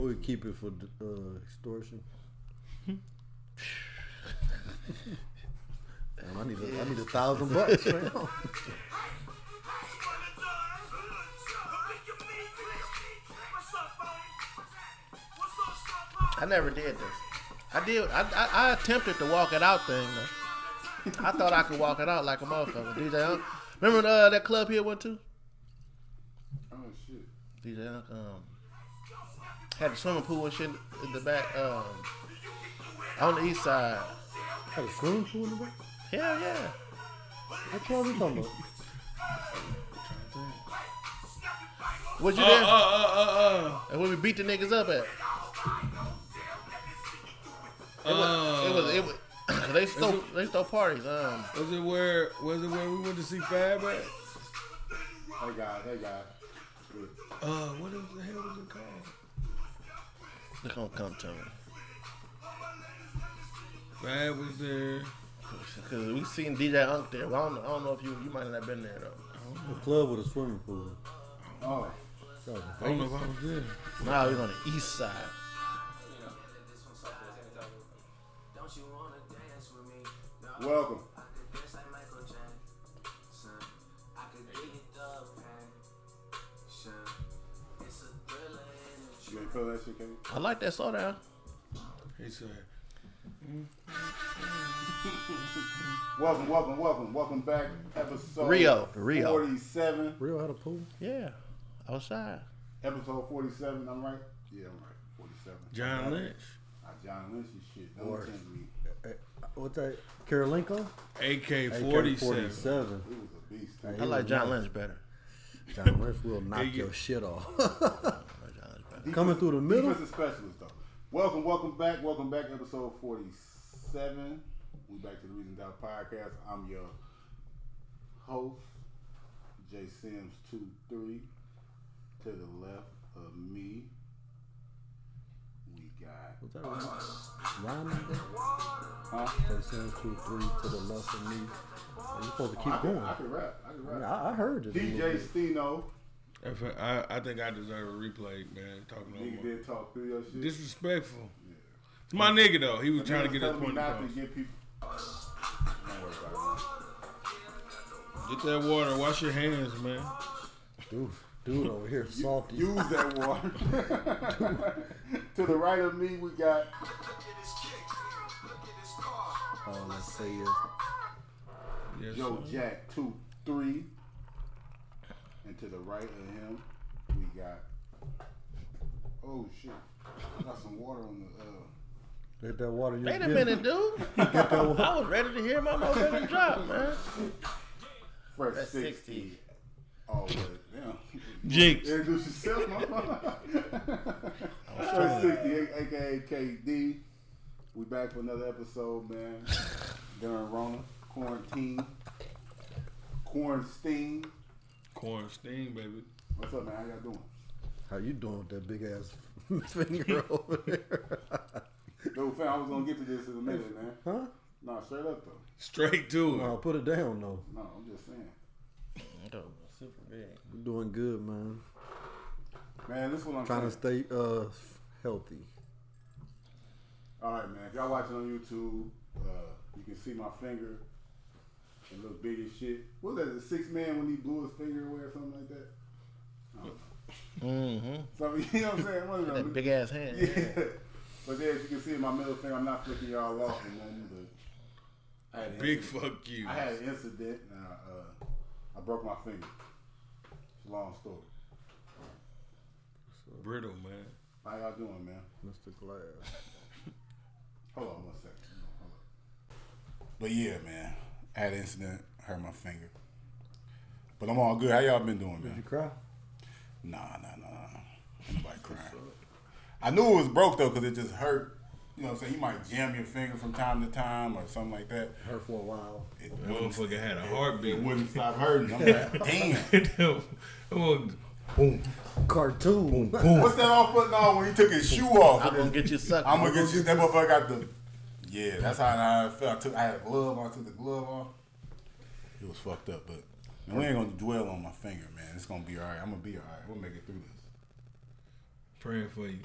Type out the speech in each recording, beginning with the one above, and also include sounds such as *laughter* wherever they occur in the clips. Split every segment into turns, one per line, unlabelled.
We keep it for uh, extortion. Damn, *laughs* I need a, I need a thousand bucks. right now.
I never did this. I did. I, I, I attempted the walk it out thing. Though. I thought I could walk it out like a motherfucker. DJ, Unk- remember uh, that club here went to?
Oh shit.
DJ Unk, um, had a swimming pool and shit in the back, um, on the east side.
Had a swimming pool in the back?
Hell yeah.
What y'all we talking about?
Was you
Uh, uh,
there?
uh,
And where we beat the niggas up at?
uh, uh. uh,
it was. It was. *coughs* They stole. They stole parties. Um,
Was it where? Was it where we went to see Fab at? Hey guys, hey guys. Uh, what is the hell was it called?
they gonna come to me
Fab was there.
because we seen DJ Unk there. Well, I don't. know- I don't know if you. You might not have been there though.
A club with a swimming pool.
Oh,
That was
I don't know if I was there.
Nah, we on the east side.
Welcome. You ain't feel that shit, Kenny?
I like that slowdown.
He said. welcome, welcome, welcome, welcome back. Episode
Rio, Rio.
47.
real had a pool?
Yeah, outside.
Episode 47, I'm right? Yeah, I'm right. 47.
John Lynch,
Ah, John Lynch and shit. Don't
Word.
tempt me.
What's that? Karolinko?
AK forty
47.
seven.
He was a beast.
Hey,
Too.
I like John Lynch better.
John Lynch will knock
you-
your shit off. *laughs*
I like John Lynch better.
Coming through the middle?
Defensive specialist, though. Welcome, welcome back. Welcome back, episode 47. We back to the Reason Doubt podcast. I'm your host, Jay Sims two three. To the left of me, we got.
What's that? Rhyme like that?
Huh?
That sounds two, three to the left of me. You're supposed to
I
keep
can,
going.
I can rap. I can
I, mean,
rap.
I, I heard it. a little
DJ
bit.
Steno.
If I, I think I deserve a replay, man. Talking
Nigga
over
did talk through your shit.
disrespectful. It's my nigga though. He was
Niggas
trying to get his
telling me
point
not
across.
to get people. Don't worry about it.
Get that water. Wash your hands, man.
Dude, dude over here, salty.
*laughs*
Use that water. *laughs* to the right of me, we got
All I say is,
Yes,
Yo
sir.
Jack two three, and to the right of him, we got. Oh shit! I got some water on the. uh,
get that water. you
Wait a
get.
minute, *laughs* dude. I was ready to hear my motherfucking drop, man.
Uh, fresh
That's
sixty. Oh, but damn. *laughs*
Jinx.
Introduce yourself, *laughs* mama. Fresh sixty, a- aka KD. We back for another episode, man. During Rona quarantine, quarantine.
Corn steam, baby.
What's up, man? How y'all doing?
*laughs* How you doing with that big ass *laughs* finger *laughs* over there?
Dude, fam, I was gonna get to this in a minute, man.
huh?
Nah, straight up though.
Straight to it.
Oh,
No, put it down though.
No, I'm just saying.
Super big.
We're doing good, man.
Man, this is what I'm
Trying to
saying.
stay uh healthy.
All right, man. If y'all watching on YouTube, uh, you can see my finger. It look big as shit. What was that? The six man when he blew his finger away or something like that.
Mm-hmm.
*laughs* So you know what I'm saying? One of them.
That big ass hand.
*laughs* yeah. But then, as you can see, my middle finger. I'm not flicking y'all off or nothing. But I had an
Big
incident.
fuck you.
I had an incident. And I, uh, I broke my finger. It's a long story.
Brittle, man.
How y'all doing, man?
Mr. Glass.
Hold on one second. Hold on. But yeah, man, I had an incident, hurt my finger. But I'm all good. How y'all been doing,
Did you
man?
cry?
Nah, nah, nah. Ain't Nobody crying. I knew it was broke though, cause it just hurt. You know what I'm saying? You might jam your finger from time to time or something like that.
Her for a while.
It
That
wouldn't,
motherfucker had a
it
heartbeat.
wouldn't stop hurting. I'm like, damn.
*laughs* That motherfucker- Boom.
*laughs* Cartoon.
What's that off foot? No, when he took his shoe off.
I'm gonna get you sucked.
I'm gonna get you. That motherfucker got the. Yeah, that's how I felt. I, took, I had a glove on. I took the glove off. It was fucked up, but man, we ain't gonna dwell on my finger, man. It's gonna be all right. I'm gonna be all right. We'll make it through this.
Praying for you.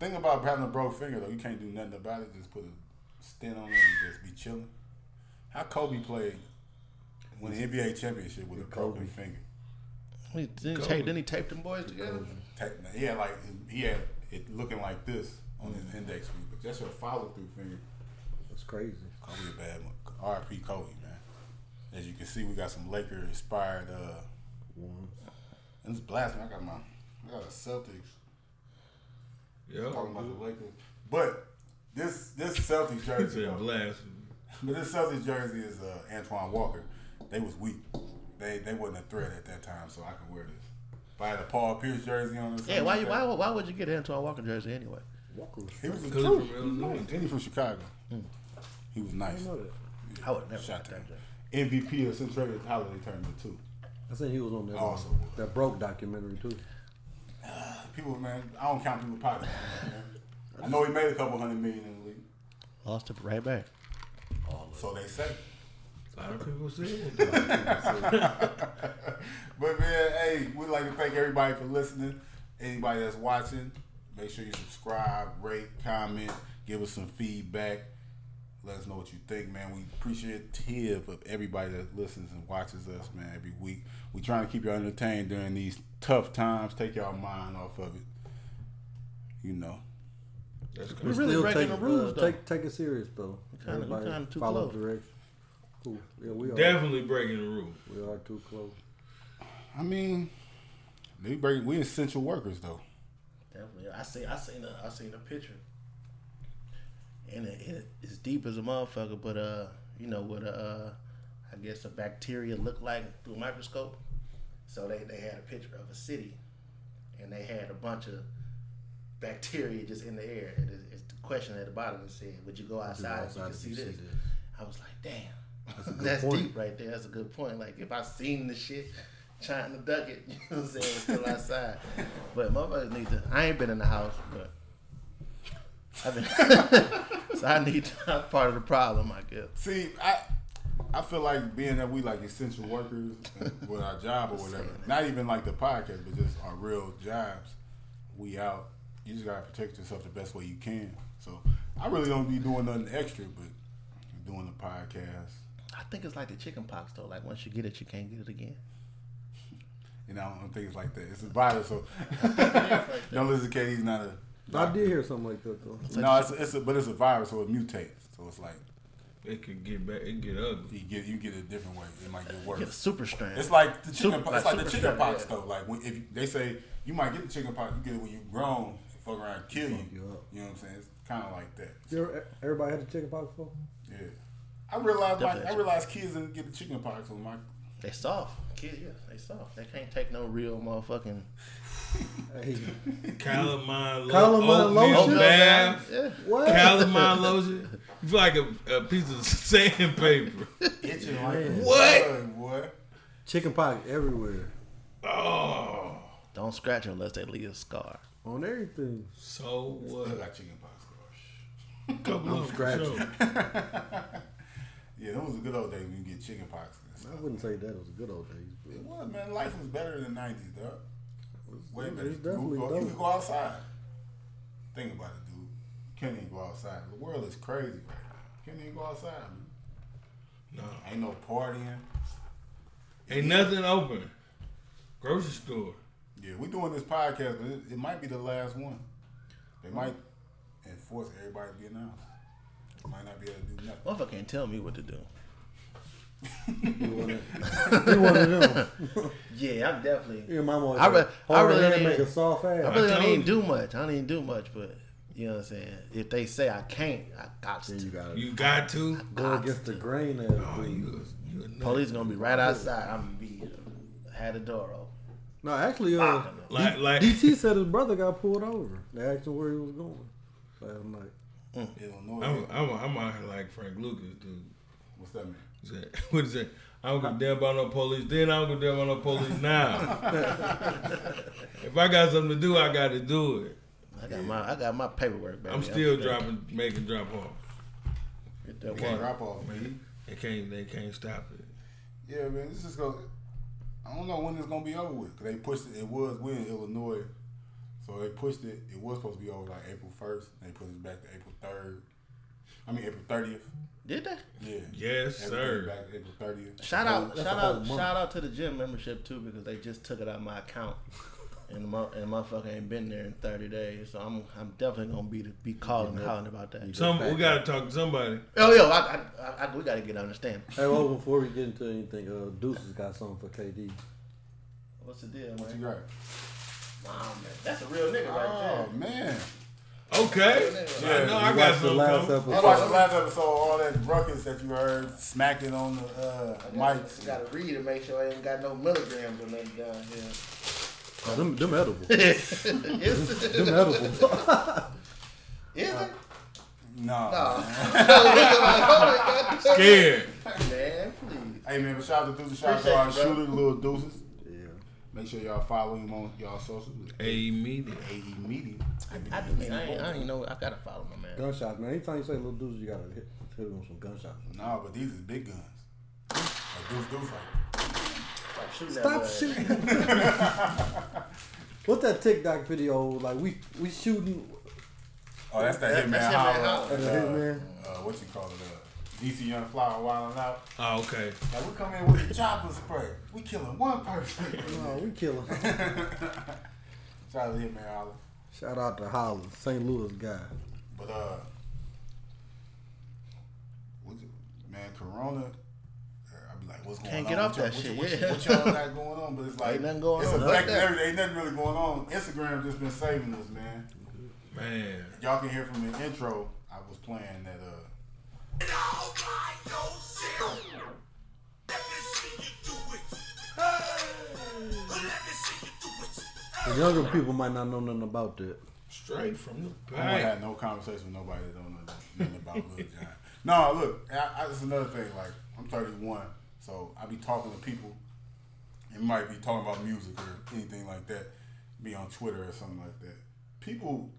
Thing about having a broke finger though, you can't do nothing about it. Just put a stent on it and just be chilling. How Kobe played when the NBA championship with a broken finger?
He, didn't, he tape, didn't he tape them boys together?
Tech- He had like he had it looking like this on his index finger, but that's your follow through finger.
That's crazy.
Kobe a bad one. RP Kobe, man. As you can see, we got some Laker inspired. uh
One.
And it's blasting. I got my, I got a Celtics talking
Yeah.
about the Lakers, but this this Celtics
He
jersey,
said
though,
blasphemy.
but this Celtics jersey is uh, Antoine Walker. They was weak. They they wasn't a threat at that time, so I can wear this. If I had a Paul Pierce jersey on, or something
Yeah, why you
like
why
that-
why would you get Antoine Walker jersey anyway?
Walker was
He was a
Cause
true.
he from Illinois.
And he from Chicago.
Hmm.
He was
I
nice.
didn't know that.
I would never got
Shot
that jersey.
MVP of Centralia Holiday Tournament too.
I think he was on that uh,
Also.
that broke documentary too.
People, man, I don't count people pockets. man. I know he made a couple hundred million in the league.
Lost it right back.
So they say. *laughs*
A lot of people said *laughs* it.
But man, hey, we'd like to thank everybody for listening. Anybody that's watching, make sure you subscribe, rate, comment, give us some feedback. Let us know what you think, man. We appreciative of everybody that listens and watches us, man, every week. we trying to keep y'all entertained during these tough times. Take y'all mind off of it. You know.
That's
We
crazy.
really
Still
breaking
take,
the rules
uh,
though.
Take take it serious though.
kinda- we kinda too
follow
close.
direction. Cool. Yeah, we are.
Definitely breaking the rule.
We are too close.
I mean, we break we essential workers though.
Definitely. I see. I seen. A, I seen a picture, and it, it, it's deep as a motherfucker. But uh, you know what? A, uh, I guess a bacteria look like through a microscope. So they they had a picture of a city, and they had a bunch of bacteria just in the air. And it, it's the question at the bottom that said, "Would you go outside,
outside
if you could see this?" I was like, "Damn." *laughs* That's,
point.
deep right there. That's a good point. Like if I seen the shit trying to duck it, *laughs* you know what I'm saying? It's still *laughs* outside. But motherfuckers need to I ain't been in the house, but I've *laughs* been so I need to I'm part of the problem, I guess.
See, I I feel like being that we like essential workers and with our job or whatever. Not even like the podcast, but just our real jobs. We out. You just gotta protect yourself the best way you can. So I really don't be doing nothing extra, but doing the podcast.
I think it's like the chicken pox though. Like once you get it you can't get it again.
And I don't think it's like that. It's a virus, so *laughs* don't listen to Katie's not a.
I did hear something like that though.
No, it's a, it's a but it's a virus, so it mutates. So it's like
It can get back. It can get ugly.
you get you get it a different way. It might get
You
worse.
get a super strain.
It's like the chicken.
Super-
po-
like
it's like the
super
chicken
strep,
pox
yeah.
though. Like when, if they say you might get the chicken pox, you get it when you grown. Fuck around, kill you.
Fuck you
You know
up.
what I'm saying? It's kind of like that.
You ever- Everybody had the chicken pox before?
Yeah. I realized my,
Definitely.
I realized kids didn't get the chicken pox when my
they soft. Kids, yeah, they soft. They can't take no real motherfucking
Hey,
Calamine, lo-
Calamine
oatmeal
lotion?
bath.
Yeah.
*laughs* what?
Calamine lotion. You feel like a, a piece of *laughs* sandpaper.
itching like a
What?
bug, boy.
Chicken pox everywhere
Oh.
Don't scratch unless they leave a scar.
on everything.
So
I
what?
got chicken pox. bro.
Couple
I'm
of
scratching.
shows.
Yeah, that was a good old days when you get chicken pox. and
I
stuff.
wouldn't say that was a good old days. but
It was man, life was better in the nineties, dog. Way
it's
better. You could,
definitely
go, you
dope.
could go outside. Think about it, dude. You can't even go outside. The world is crazy right now. You can't even go outside. Man.
No.
Ain't no partying.
Ain't nothing open. Grocery store.
Yeah, we doing this podcast, but it, it might be the last one. They might enforce everybody to be in the house. Might not be able to do nothing.
Motherfucker can't tell me what to do.
You wanna- you one of *laughs* them.
Yeah, I'm definitely
Your mama always
I
said,
re- I
hard
really
hand
didn't-
make a soft ass.
I really
I
don't
told
even do much. I don't even do much, but you know what I'm saying. If they say I can't, I got
Then
to.
you gotta
You got to.
go against the grain ass
Oh,
dude.
you, a- you a nut.
Police gonna be right outside. I'm gonna be uh, had the door open.
No, actually, uh,
Fuck.
Like, like,
DT said his brother got pulled over. They asked him where he was going last night.
Illinois.
I'm, I'm, I'm out here like Frank Lucas, dude.
What's that mean?
Is that- *laughs* What is that? I don't give a damn about no police then. I don't give a damn about no police now. if I got something to do, I got to do it.
I got my I got my paperwork back.
I'm still dropping, making drop off.
You can't drop off, man.
They can't, they can't stop it.
Yeah, man, this is gonna. I don't know when it's gonna be over with. 'cause they pushed it. It was when Illinois So they pushed it. It was supposed to be over like April first. They pushed it back to April third. I mean April thirtieth.
Did they?
Yeah.
Yes,
Everything
sir.
Back to April thirtieth.
Shout out,
That's a
shout
whole
out,
month.
shout out to the gym membership too because they just took it out of my account, and the mo- and motherfucker ain't been there in thirty days. So I'm I'm definitely gonna be be calling calling about that.
Some we gotta talk to somebody.
Oh yo, I, I, I, I- we gotta get understand.
Hey, well, before we get into anything, uh, Deuces got something for KD.
What's the deal,
What you
man?
got?
Wow, man, that's a real nigga
Oh man!
Okay. I know
You
I got
watched the
some
last
coming.
I
episode.
watched the last episode. All that ruckus that you heard smacking on the uh, mics.
gotta read and make sure I ain't got no milligrams or nothing down here.
Oh, them, them *laughs* edible.
is it?
them edible.
Is it?
No.
No. *laughs*
Scared.
Oh. Man, please.
Hey man, but shout out to Deuces. Shout out
Appreciate
to our
you, bro.
shooter, Little Deuces.
yeah.
Make sure y'all follow him on y'all socials.
A meeting.
AE Media.
I, I mean, I ain't, I ain't know. I gotta follow my man.
Gunshots, man. Anytime you say little dudes, you gotta hit, hit them with some gunshots.
No, but these is big guns. Like Deuce Deuce. Like,
Stop shooting.
Stop
that boy.
shooting. *laughs* what that TikTok video? Like we we shooting
oh, that's that,
That-
Hitman
that's Hitman
at
Holler.
Holler.
a
Uh,
hitman.
uh, what you call it? Uh, DC Young Flower Wildin' Out.
Oh, okay.
Like, we come in with the chopper spray. We killing one person. *laughs*
No, we killing.
Shout out to Hitman Holler.
*laughs* Shout out to Holland, St. Louis guy.
But uh, what's it, man, Corona. I be like, what's going
Can't
on?
get off that
What y'all-
shit,
What,
yeah.
y'all- what y'all got going on? But it's like
Ain't nothing going on.
it's a
Fuck
black
that.
everything. Ain't nothing really going on. Instagram just been saving us, man.
Man.
Y'all can hear from the intro. I was playing that. uh
The younger people might not know nothing about that.
Straight from the
I ain't
back.
had no conversation with nobody that don't know nothing about Lil *laughs* John. No, look, I, I, it's another thing. Like I'm 31, so I be talking to people. It might be talking about music or anything like that. Be on Twitter or something like that. People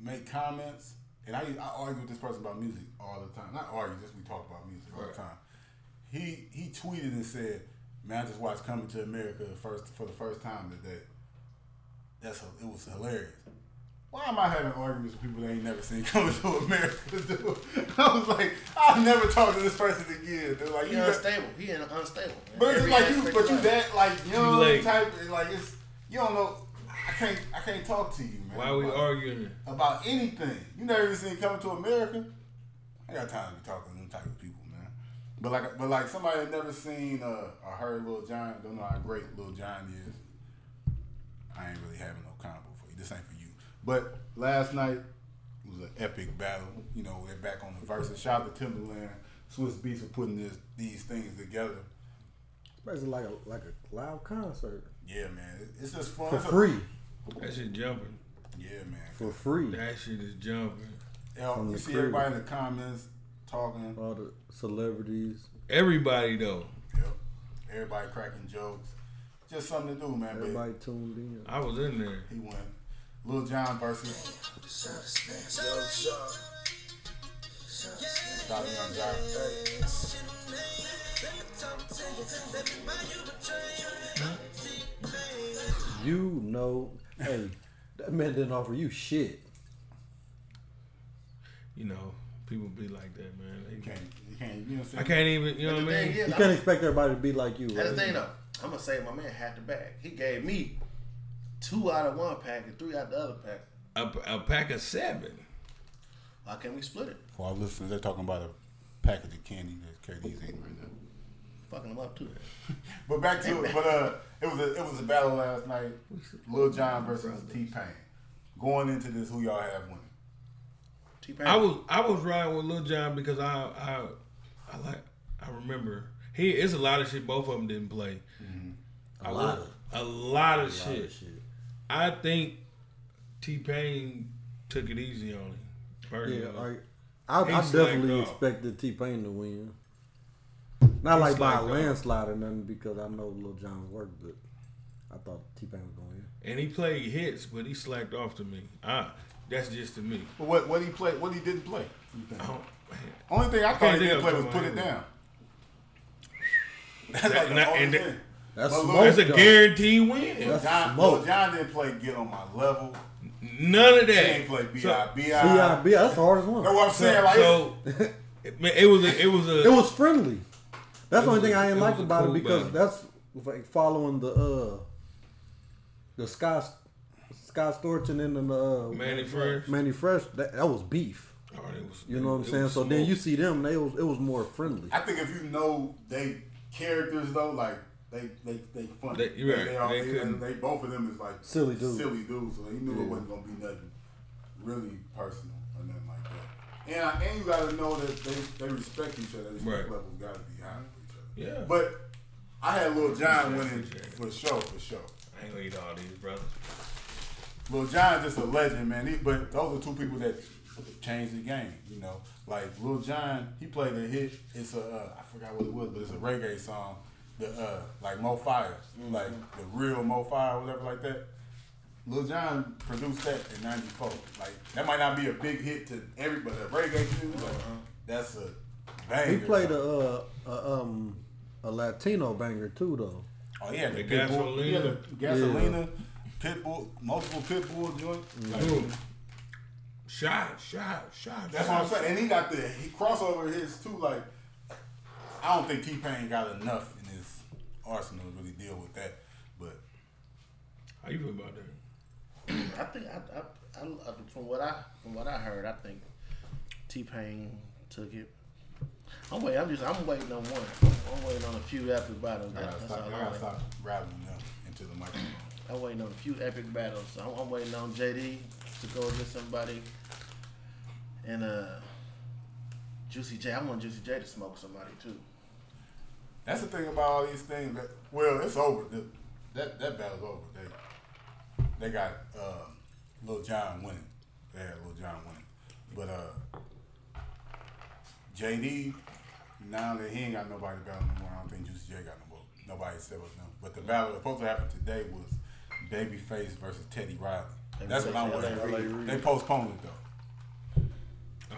make comments, and I, I argue with this person about music all the time. Not argue, just we talk about music all the time. He he tweeted and said, "Man, I just watched Coming to America first for the first time today. That's h- it was hilarious." Why am I having arguments with people that ain't never seen Coming to America, *laughs* dude? I was like, I'll never talk to this person again. They're like,
He
you know,
unstable. He in unstable.
but it's
Every
just like you,
aspect
but
of
you
life.
that like young
You late.
type, it's like it's you don't know. I can't, I can't talk to you, man.
Why we
about,
arguing?
about anything? You never even seen Coming to America. I got time to be talking to them type of people, man. But like, but like somebody that never seen uh, or heard Lil John, don't know how great Lil John is. I ain't really having no combo for you. This ain't for you. But last night it was an epic battle. You know, they're back on the verses. Shout out to Timberland, Swiss Beats for putting this, these things together.
It's basically like a like a live concert
Yeah, man. It- It's just fun.
for
It's a-
free,
That shit jumping.
Yeah, man.
for free.
That shit is jumping.
Yo,
From
you
the
see
crib.
everybody in the comments talking.
All the celebrities.
Everybody though.
Yep. Everybody cracking jokes. Just something to do, man. But
Everybody tuned in.
I was in there.
he won. Lil John versus Dolly Young John.
You know, hey, that man didn't offer you shit.
You know, people be like that, man. They
You can't, you can't, you know what I'm saying?
I can't even. You know
But
what
the
I
thing
mean?
is,
You
I-
can't expect everybody to be like you.
That's
right?
the thing though. I'm gonna say my man had the bag. He gave me two out of one pack and three out the other pack.
A, a pack of seven.
Why can't we split it?
For our listeners, they're talking about a package of candy that KD's eating right now.
Fucking them up too.
But back to it. But uh, it was a it was a battle last night. Lil John versus T Pain. Going into this, who y'all have winning?
T Pain.
I was I was riding with Lil John because I I I like I remember he it's a lot of shit both of them didn't play.
A
I
lot
was-
of-
a lot of
A lot
shit.
of shit.
I think T Pain took it easy on him.
Yeah,
Personally.
like I,
He
I
slacked
definitely
off.
expected T Pain to win. Not
He
like by a
slacked off.
landslide or nothing because I know Lil John's work, but I thought T Pain was going to
and he played hits, but he slacked off to me. I, that's just to me.
But what what he played? What he didn't play? You think?
I don't,
Only thing I thought he
think
didn't
of
play was
someone
put it
who-
down. That's like the
Not- *laughs*
only
and that-
thing.
That's
But
smoke,
Lil-
that's a
though.
guaranteed win.
That's
John,
smoke.
Lil John didn't play "Get on My Level."
None of
He
that.
ain't play B.I.
So-
B.I.
B.I.B. That's the hardest one.
Know what I'm saying? Like,
So it- *laughs* man, it was a, it was a
It was friendly. That's the only
was-
thing I
it
didn't like
was a
about
cool
it because
battle.
that's like following the uh the Scott Scott Storchin and the uh,
Manny Fresh.
Manny Fresh. That, that was beef.
Oh, it was-
You know what I'm
it
saying?
was
So then you
smoke.
see them, they was it was more friendly.
I think if you know they characters though, like they they they funny.
They- you're right.
They, all-
They
they-
couldn't-
they- both of them is like
Silly dudes.
Silly dudes. So he knew it
Yeah.
wasn't gonna be nothing really personal or nothing like that. And I- and you gotta know that they, they respect each other. Their Respect
Right.
levels gotta be high for each other.
Yeah.
But I had Lil John
Respect
winning
each other.
for sure, for sure.
I ain't gonna eat all these brothers.
Lil John just a legend, man. He, but those are two people that changed the game, you know. Like Lil John, he played a hit. It's a uh, I forgot what it was, but it's a reggae song. The uh, like Mo Fire, like the real Mo Fire, whatever like that. Lil John produced that in '94. Like that might not be a big hit to everybody. The reggae dude, like, that's a banger.
He played
like.
a, uh, a um a Latino banger too though.
Oh, he had the
The
Pitbull. He had the
Gasolina.
Gasolina, Pitbull, multiple Pitbull joints. Like,
Mm-hmm.
Boom. Shot, shot, shot.
That's what I'm saying. And he got the he crossover his too. Like, I don't think T Pain got enough in his arsenal to really deal with that. But
How you feel about that?
I think I, I, I, I from what I from what I heard, I think T Pain took it. I'm waiting. I'm just. I'm waiting on one. I'm waiting on a few epic battles.
I gotta
That's
stop. I
all I'm
gotta
waiting.
stop rattling them into the microphone.
I'm waiting on a few epic battles. I'm, I'm waiting on JD to go against somebody, and uh, Juicy J. I want Juicy J to smoke somebody too.
That's the thing about all these things. That, well, it's over. The- that that battle's over. They they got uh, Lil John winning. They had Lil John winning. But uh, JD, now that he ain't got nobody to battle no more, I don't think Juicy J got no more. Nobody said was no. But the battle that was supposed to happen today was Babyface versus Teddy Riley. That's what I'm
Babyface, LA
waiting.
Reid.
They postponed it though.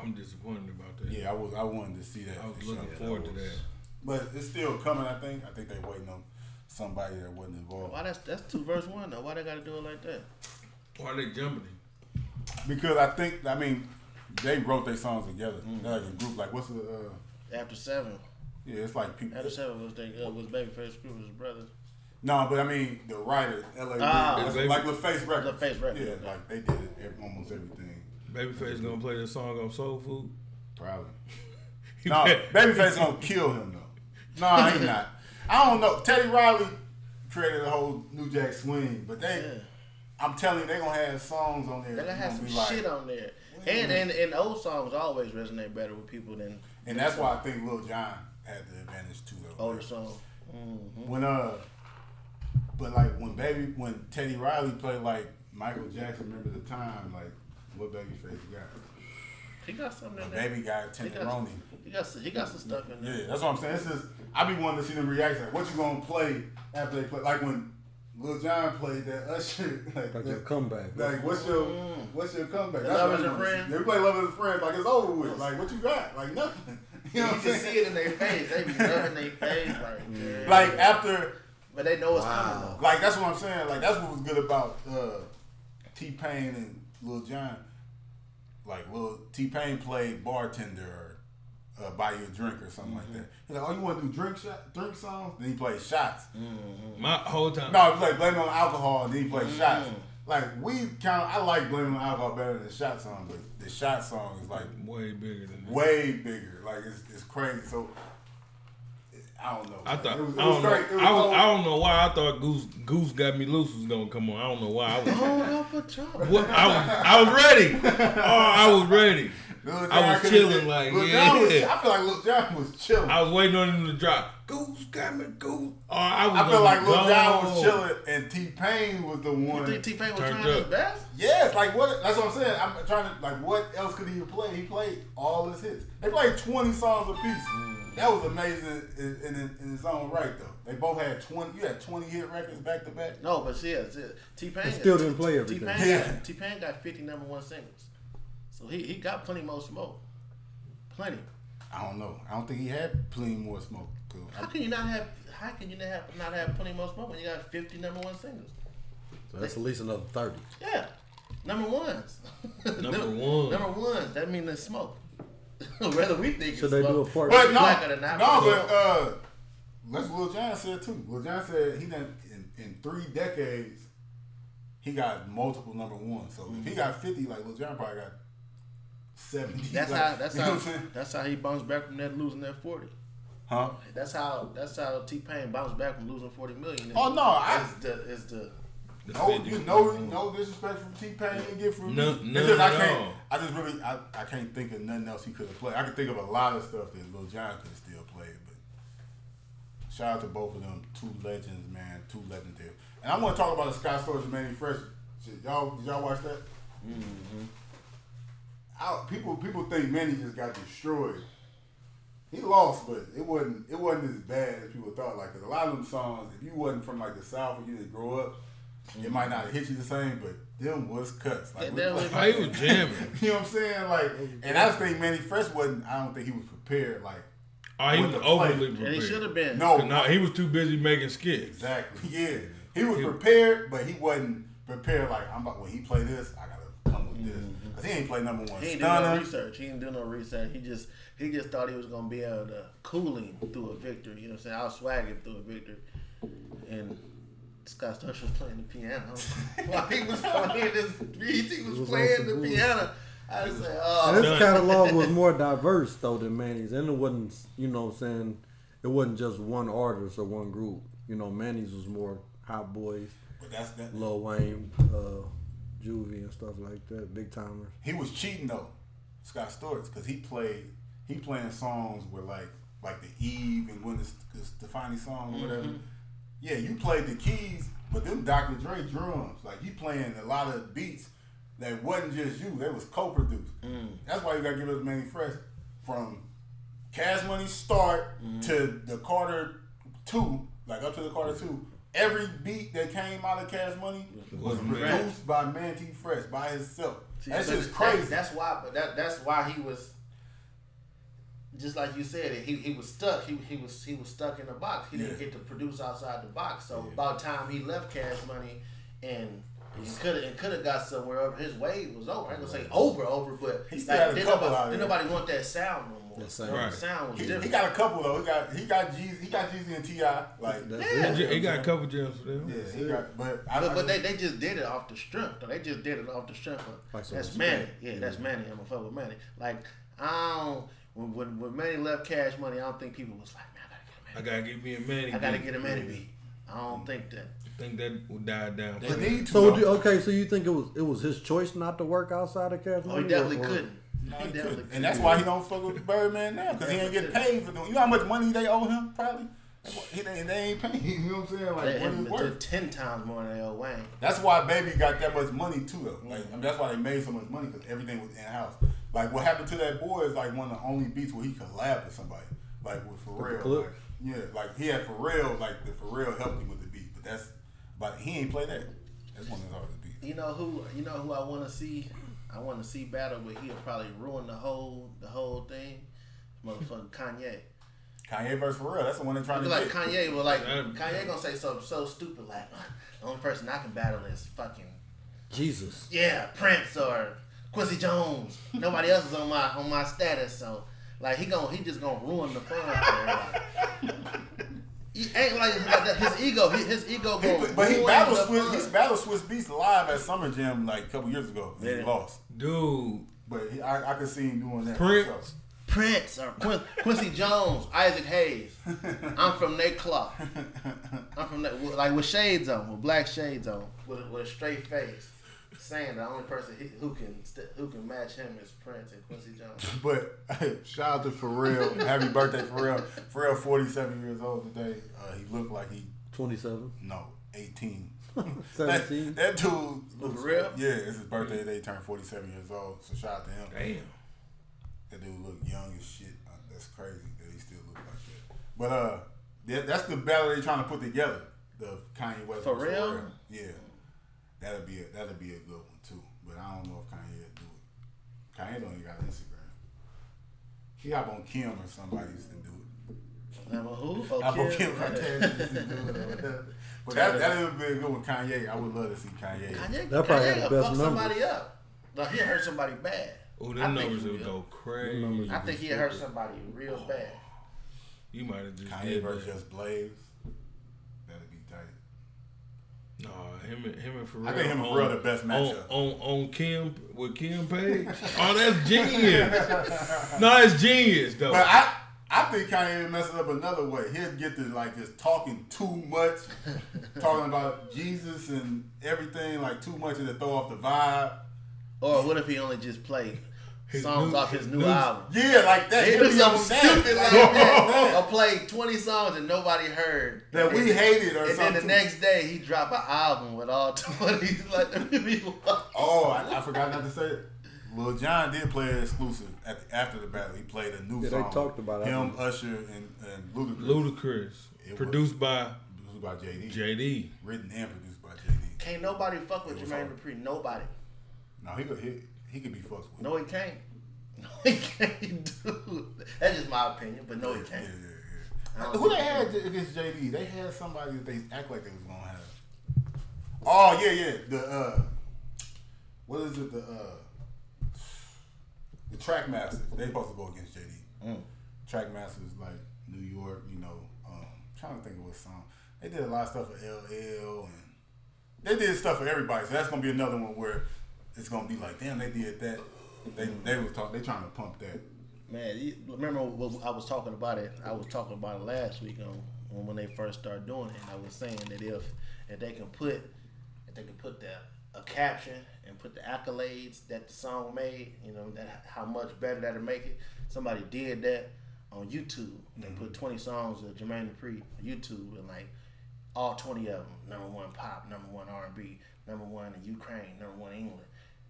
I'm disappointed about that.
Yeah, I was I wanted to see that.
I was
for
looking
sure.
forward to
was-
that.
but it's still coming. I think. I think they waiting on somebody that wasn't involved
Why that's that's two verse one though. Why they gotta do it like that?
Why they jumping him?
because I think. I mean, they wrote their songs together. They're like a group. Like what's the? Uh,
After seven,
yeah, it's like people.
after seven was they uh, was Babyface Crew was brothers.
No, but I mean the writer, L.A.
Ah.
Reid, it's like with Face Records.
LaFace Records,
Yeah,
okay.
like they did it, ev- almost everything.
Babyface gonna play the song on Soul Food.
Probably. No, Babyface gonna kill him though.
*laughs*
No, he not. I don't know. Teddy Riley created a whole New Jack Swing, but they.
Yeah.
I'm telling you, they gonna have songs on there.
They
that's
have
gonna
some
be like-
shit on there. And, and and old songs always resonate better with people than
And that's why I think Lil John had the advantage too, though.
older songs. Mm-hmm.
When uh, but like when baby, when Teddy Riley played like Michael Jackson, remember the time like what Babyface got?
He got something in
When
there.
baby got
He got,
Tenderoni.
he got some- he got some stuff in there.
Yeah, that's what I'm saying. This is I be wanting to see the reaction. Like, what you gonna play after they play? Like when Lil John played that *laughs* Usher, like,
Like
that-
your comeback.
Like what's your what's your comeback?
The
That's
Love
what
Mm-hmm. is
I
a
wanna see.
Friend?
They play Love is a friend. Like it's over with. Like what you got? Like nothing. *laughs* You know what
You
I'm
can
saying?
see it in their face. They be loving their face like, yeah.
Like after
but they know it's
Wow.
Like that's what I'm saying. Like that's what was good about uh, T Pain and Lil Jon. Like Lil T Pain played bartender or uh, buy you a drink or something like that. He's like, oh, you want to do drink shot, drink songs? Then he played shots.
My whole time.
Mm. No, he played blame it on alcohol. And then he played shots. Like we count. I like blame It on alcohol better than the shot song, but the shot song is like
Way bigger than that.
way bigger. Like it's, it's crazy. So I don't know.
I
Like,
thought
it was, it
I
was
don't know.
crazy. It was
I, was,
so-
I don't know why I thought Goose Goose got me loose was gonna come on. I don't know why I
*laughs*
was.
coming. Hold up a chop.
what, I was I was ready. Oh, I was ready.
Lil
I
Jon
was
could've
chilling,
did-
like,
Lil Jon was-
yeah.
I feel like Lil John was chilling. I,
I was waiting on him to drop. Goose got me. Goose. Oh, I was.
feel
gonna
like Lil
go.
John was chilling, and T Pain was the
You
one.
think T Pain was
Turned
trying his
up.
best?
Yes, like what? That's what I'm saying. I'm trying to like, what else could he play? He played all his hits. They played 20 songs apiece.
Mm.
That was amazing in, in, in its own right, though. They both had 20. You had 20 hit records back to back.
No, but yeah, T Pain
still didn't play everything.
T Pain
Yeah.
got, T Pain got fifty number one singles, so he he got plenty more smoke. Plenty.
I don't know. I don't think he had plenty more smoke. 'cause I-
How can you not have? How can you not have not have plenty more smoke when you got fifty number one singles?
So that's at least another thirty.
Yeah, Number ones. *laughs*
Number one.
Number ones. That means it's smoke. *laughs* Whether we think
So
it's
they do a
smoke.
part.
But no,
Blacker than I
no,
was.
but uh, that's what Lil Jon said too. Lil Jon said he done in, in three decades, he got multiple number ones. So if he
Mm.
got fifty, like Lil Jon probably got seventy.
that's
like,
how that's
you know
how
what I'm saying?
that's how he bounced back from that losing that forty.
Huh?
That's how that's how T Pain bounced back from losing forty million.
Oh, no, I-
it's the it's the
The
No,
50
Oh, you know,
was-
no disrespect from T Pain you get from
No-
me.
none
it's just I
at
can't.
all.
I just really I, I can't think of nothing else he could have played. I can think of a lot of stuff that Lil Jon could have still played, but shout out to both of them, two legends, man, two legendary. And I want to talk about the Scott Storch and Manny Fresh. Shit, y'all, did y'all watch that? I, people, people think Manny just got destroyed. He lost, but it wasn't it wasn't as bad as people thought. Like, 'cause a lot of them songs, if you wasn't from like the South or you didn't grow up, it might not have hit you the same. But them was cuts. Like,
That- that
we-
was-
Oh, he was jamming.
*laughs* you know what I'm saying? Like, and I just think Manny Fresh wasn't. I don't think he was prepared. Like,
Oh, he
With
was
the play.
overly
and he should
prepared.
have been
no,
No, he was too busy making skits.
Exactly. *laughs* Yeah, he was prepared, but he wasn't prepared. Like I'm about when he play this, I gotta come with this because he ain't play number one
Mm-hmm. He ain't do no
stunner.
research. He didn't do no research. He just he just thought he was gonna be able to cool him through a victory. You know what I'm saying? I'll swag him through a victory. And Scott Storch was playing the piano. *laughs* While he was playing this BET
was
was,
on
playing
some
the
bull.
piano. I was like,
And
oh
his catalog was more diverse though than Manny's, and it wasn't you know what I'm saying it wasn't just one artist or one group. You know, Manny's was more Hot Boys,
But that's that.
Lil Wayne, uh, Juvie, and stuff like that, big timers.
He was cheating though, Scott Storch, because he played he playing songs where like like the Eve and when the, the Stefani song or whatever. Yeah, you played the keys, but them Dr. Dre drums. Like you playing a lot of beats that wasn't just you. They was co-produced. That's why you gotta give us Manny Fresh from Cash Money start to the Carter two, like up to the Carter two. Every beat that came out of Cash Money was
Wasn't bad.
produced by Manny Fresh by himself.
See,
That's
but
just
that-
crazy.
that's why but that that's why he was just like you said, he, he was stuck. He, he was he was stuck in the box. He didn't
Yeah.
get to produce outside the box. So about time he left Cash Money, and he could have and could have got somewhere. Over. His wave was over. I ain't gonna say over over, but
He still had a
didn't
couple
nobody,
out
didn't
there.
nobody want that sound no more.
That sound.
You know,
Right.
The sound was
he,
different.
he got a couple though. He got he got Jeezy, he got Jeezy and Ti. Like
That's
Yeah.
it.
He he got a couple jams for them.
yeah, he got. But I,
but,
I
but they,
just-
they just did it off the strength. though. They just did it off the strength. of,
Like some
that's
respect.
Manny. Yeah, that's Manny. I'm gonna fuck with Manny. Like I don't. When, when, when Manny left Cash Money, I don't think people was like, man,
I gotta give me a Manny.
I gotta
beat.
get a Manny. I gotta get a Manny beat. I don't think that.
Think that will die down.
they need to.
So
though.
do, okay, so you think it was it was his choice not to work outside of Cash
Oh, he
Money,
definitely
or- or-
couldn't.
No,
he
he
definitely
couldn't.
couldn't.
And that's why he don't fuck with Birdman now, because he ain't getting paid for them. You know how much money they owe him, probably. He, they, they ain't paying. You know what I'm saying?
They
Like what
him
it's
to do
worth.
ten times more than L Wayne.
That's why Baby got that much money too, though. Like I mean, that's why they made so much money because everything was in house. Like what happened to that boy is like one of the only beats where he collabed with somebody, like with Pharrell.
Clip.
Like, yeah, like he had Pharrell. Like the Pharrell helped him with the beat, but that's but he ain't play that. That's one of his hardest beats.
You know who? You know who I want to see? I want to see battle, but he'll probably ruin the whole the whole thing. Motherfucker Kanye.
Kanye versus Pharrell. That's the one they're trying to
Like
get.
Kanye, but like
Yeah.
Kanye gonna say something so stupid like, *laughs* the only person I can battle is fucking
Jesus.
yeah, Prince or Quincy Jones. Nobody else is on my on my status, so like he gon' he just gonna ruin the fun for everybody. He ain't like, like that. his ego. He, his ego
He-
going.
but he battled Swiss. He's battled Swiss Beats live at Summer Jam like a couple years ago. And
Yeah.
He lost,
Dude,
but he, I, I could see him doing that.
Prince.
himself.
Prince or Quin- Quincy Jones, Isaac Hayes. I'm from their club. I'm from that, with- like with shades on, with black shades on, with, with a straight face, saying the only person he, who can st- who can match him is Prince and Quincy Jones.
But *laughs* shout out to Pharrell. Happy birthday, Pharrell. Pharrell, forty-seven years old today. Uh, he looked like he
Twenty seven.
no eighteen. *laughs* that,
17.
that dude, looks,
Pharrell?
Yeah, it's his birthday today. He turned forty-seven years old. So shout out to him.
damn.
That dude look young as shit. Uh, That's crazy that he still look like that. But uh, that, that's the battle they're trying to put together. The Kanye West.
For
versus
real?
Pharrell. Yeah, that'll be a, that'll be a good one too. But I don't know if Kanye will do it. Kanye don't even got Instagram. He hop on Kim or somebody's and do it.
I'm a who?
I'm gonna
Okay.
kill my
*laughs*
But that that would be a good one, Kanye. I would love to see Kanye.
Kanye,
That probably
Kanye
had the
gonna
best
fuck
numbers.
somebody up. Like he'll hurt somebody bad.
Oh,
I
them
think
numbers
he
would
will.
go crazy.
numbers
I think he'll hurt somebody real bad.
You might have just
Kanye
did that.
versus just Blaze. That'd be tight.
No, him and him and Pharrell.
I think him and Pharrell the best matchup.
On, on on Kim with Kim Page. oh, that's genius.
*laughs*
no, that's genius though.
But I I think Kanye would mess it up another way. He'll get to like just talking too
*laughs*
much, talking about Jesus and everything like too much, and to throw off the vibe.
Or what if he only just played
His
songs
new-
off his
his
new
new-
album?
Yeah, like that.
They
He'll
do
be on
something
that.
stupid like
Like,
that. Or played 20 songs and nobody heard.
That we hated or
And
something.
then the next day he dropped an album with all *laughs* 20 like *laughs* the people.
*laughs* Oh, I, I forgot not to say it. Lil John did play an exclusive at the, after the battle. He played a new
Yeah, they
song.
talked about it.
him, Usher, and, and Ludacris.
Ludacris,
It was-
produced by
Produced by JD.
JD.
Written and produced by JD.
Can't nobody fuck with
It was
Jermaine
hard.
Dupri. Nobody.
No, he could he, he could be fucked with.
No, he can't. *laughs* No, he can't do. That's just my opinion, but no, he
Yeah,
can't.
yeah,
I
yeah.
don't
Who they
think-
had j- against JD? They had somebody that they act like they was gonna have. Oh yeah, yeah. The uh, what is it? The uh, the track masters. They supposed to go against JD.
Mm.
Track masters like New York. You know, um, trying to think of what song they did a lot of stuff for LL and they did stuff for everybody. So that's gonna be another one where it's gonna be like, damn, they did that. They they was talk. They trying to pump that.
Man, you, remember what I was talking about it? I was talking about it last week on, on when they first started doing it. And I was saying that if if they can put if they can put the a caption and put the accolades that the song made, you know that how much better that'll make it. Somebody did that on YouTube. They
Mm-hmm.
put twenty songs of Jermaine Dupri on YouTube and like all twenty of them number one pop, number one R and B, number one in Ukraine, number one in England.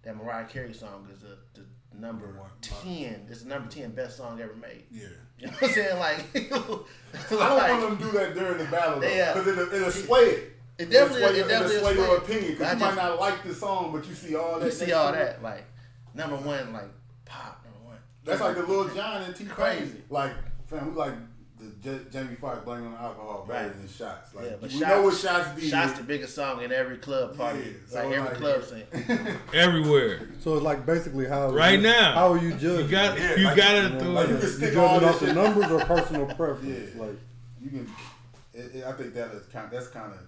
That Mariah Carey song is the, the number
Number one pop.
ten. It's the number ten best song ever made.
Yeah.
You know what I'm saying? Like, *laughs*
I don't
like,
want them to do that during the battle
Yeah.
because it'll, it'll sway it.
It definitely-
it'll sway,
it
your- it'll
definitely
sway
sway
your
it.
opinion
I
because you might
just-
not like the song, but you see all that.
you see
next
all
to it.
that, like number one, like pop, number one.
That's like the Lil John and T
Crazy.
Crazy. Like, fam, we like the J- Jamie Foxx blaming on alcohol rather
Right.
than shots. Like,
yeah, but
we
shots,
know what shots did.
Shots the biggest song in every club party,
Yeah, so
like every
like-
club scene.
Everywhere.
So it's like basically how
Right
you,
now.
how you judge?
You got
Yeah,
you
like-
gotta
You know,
do
like,
Like, you
you
can
it.
stick all
judge it off
this
the
shit.
numbers or personal *laughs* preference.
Yeah.
Like
you can. It, it, I think that is kind. That's kind of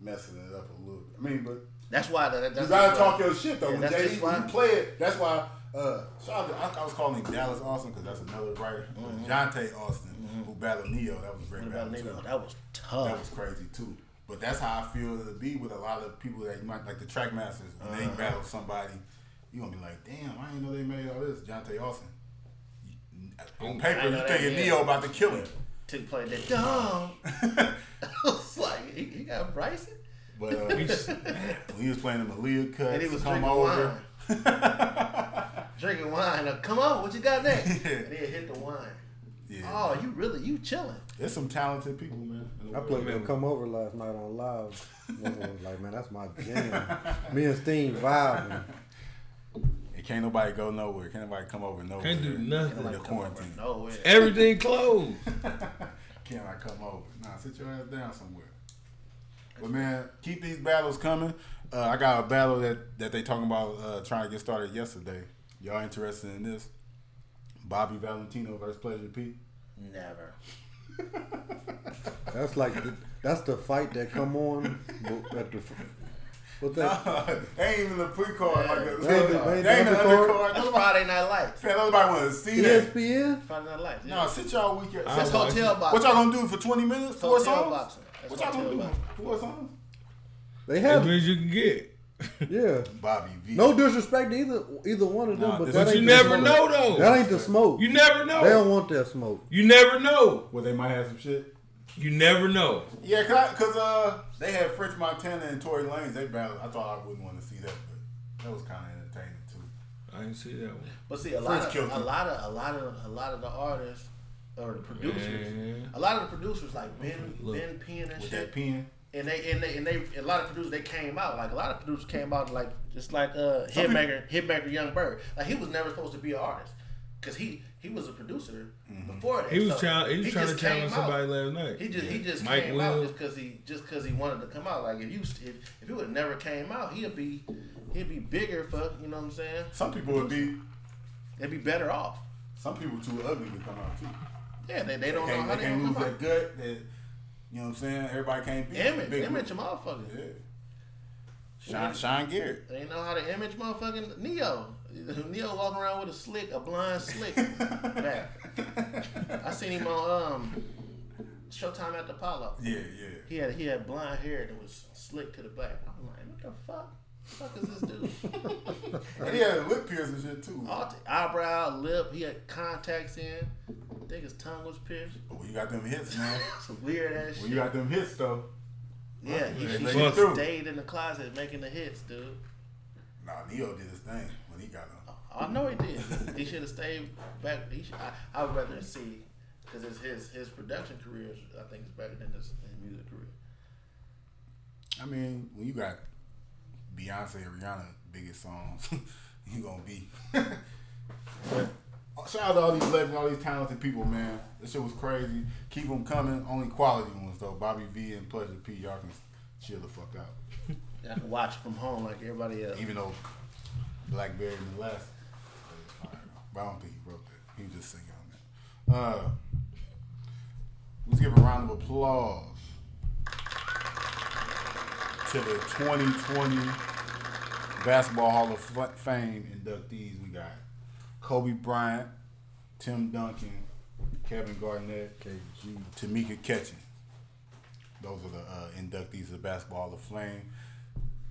messing it up a little bit. I mean, but
That's why that, that's
You gotta
why-
talk your shit though.
Yeah,
when
that's
Jay
just
Z
why-
play it, that's why. Uh, shout out to, I, I was calling him Dallas Austin because that's another writer.
Mm-hmm.
But Jonte Austin, who battled Neo, that was a great
What
battle
about
too.
Nigga?
That
That was tough.
was crazy too. But that's how I feel it'll be with a lot of people that you might like the track masters when
Uh-huh.
they battle somebody. You gonna be like, damn, I didn't know they made all this. Jonte Austin. You- On paper,
I know
you
that,
thinking
yeah.
Neo about to kill him,
Took play that dumb.
*laughs*
*laughs* I was like, he, he got Bryson,
but uh,
*laughs*
when he was playing the Malia cuts,
and he was
come
drinking
over.
wine. drinking wine. Like, Come on, what you got
*laughs*
next? And then hit the wine.
Yeah,
Oh, you really you chilling?
there's some talented people, man. in the
I
world.
played them come over last night on live. And I was like man, that's my jam. Me and Steen vibing.
And can't nobody go nowhere. Can't nobody come over nowhere.
Can't do nothing.
In the quarantine.
Nowhere.
Everything closed.
Can't I come over? Nah, sit your ass down somewhere. But man, keep these battles coming. Uh, I got a battle that, that they talking about uh, trying to get started yesterday. Y'all interested in this? Bobby Valentino versus Pleasure P.
Never.
That's like the, that's the fight that come on but at the what that
*laughs* they ain't even the pre-card. Like the,
They ain't the- they ain't
they ain't
the
the
undercard.
undercard.
That's
Nobody,
Friday Night Lights.
nobody want to see
E
that.
ESPN?
Friday Night Lights.
No, sit y'all weak ass.
That's
I watch
hotel
it.
boxing.
What y'all gonna do for 20 minutes? Four
Hotel
songs?
boxing. That's
What y'all
hotel
gonna do?
boxing.
Four songs?
They
As
have
many as you can get.
yeah.
Bobby V.
No disrespect to either either one of them,
Nah,
but
this-
that
but
ain't
You
the
never
smoke.
know though.
That ain't the smoke.
You never
they don't
know.
want that smoke.
You never know.
Well, they might have some shit.
You never know.
Yeah, cause, I- cause uh, they had French Montana and Tory Lanez. They battled. I thought I wouldn't want to see that, but that was kind of entertaining too.
I didn't see that one.
But see, a lot,
First
of,
killed
a
him.
lot of, a lot of, a lot of the artists or the producers,
Man.
a lot of the producers like Ben,
Look.
Ben Penn and
With that
shit,
pen,
and they, and they, and they, a lot of producers they came out like a lot of producers came out like just like uh, hitmaker, hitmaker Young Bird. Like he was never supposed to be an artist. because he he was a producer before that.
Mm-hmm. He was
so
trying. He was trying to
just came
challenge
out.
somebody last night.
He just he just
Mike
came
Will.
out just because he just because he wanted to come out. Like if you if, if he would have never came out, he'd be he'd be bigger. Fuck, you know what I'm saying?
Some people would be.
They'd be better off.
Some people too ugly to come out too.
Yeah, they, they don't know
Can't,
how
they
they
can't
gonna
lose
come out.
that gut. That you know what I'm saying. Everybody can't be
Image,
big
image a
dude.
motherfucker.
Yeah. Sean, Sean Garrett.
They know how to image motherfucking Neo. *laughs* Neo walking around with a slick, a blind
*laughs*
slick. Man, I seen him on um Showtime at the Apollo.
Yeah,
He
yeah.
had he had blonde hair and it was slick to the back. I'm like, what the fuck? What the fuck is this dude?
And he had a lip piercing shit too.
All t- eyebrow, lip, he had contacts in. I think his tongue was pierced.
But when you got them hits, man.
Some weird ass
When
shit.
you got them hits though.
yeah, he,
They
he
let
you
should've
through.
stayed in the closet making the hits, dude.
Nah, Neo did his thing when he got them.
I know Oh, he did. he should have stayed back. He should, I, I would rather see because his, his his production career is I think is better than his, his music career.
I mean, when you got Beyonce and Rihanna biggest songs, *laughs* you gonna be. *laughs* but shout out to all these legends, all these talented people, man. This shit was crazy. Keep them coming. Only quality ones though. Bobby V and Pleasure P. Y'all can chill the fuck out.
And I can watch it from home like everybody else.
Even though Blackberry and the last, but I don't think he wrote that. He was just singing on that. Uh, let's give a round of applause to the 2020 Basketball Hall of Fa- Fame inductees. We got Kobe Bryant, Tim Duncan, Kevin Garnett, KG, Tamika Catchings. Those are the uh, inductees of the Basketball Hall of Fame.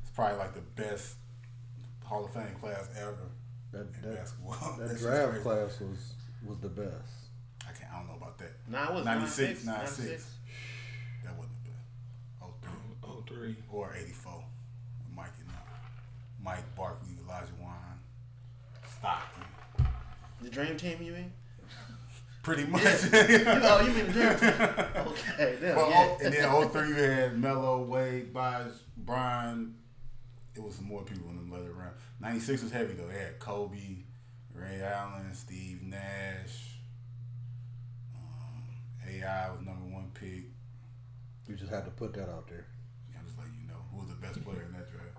It's probably like the best Hall of Fame class ever
That,
in
that,
basketball.
that
*laughs* That's
draft
just crazy.
class was was the best.
I can't. I don't know about that.
Nah, it was
96,
96,
96.
96.
That wasn't the best. 03
Oh three.
or 84 with Mike and uh, Mike Barkley, Elijah Wine, Stockton.
The dream team, you mean?
Pretty much. *laughs*
oh, you mean the dream team? Okay, damn,
Well, oh,
yeah.
And then 03 you had Melo, Wade, Bosh, Brian. It was more people in the leather round. 96 was heavy though. They had Kobe, Ray Allen, Steve Nash. Um, AI was number one pick.
You just had to put that out there.
I'm just letting you know who was the best player in that draft.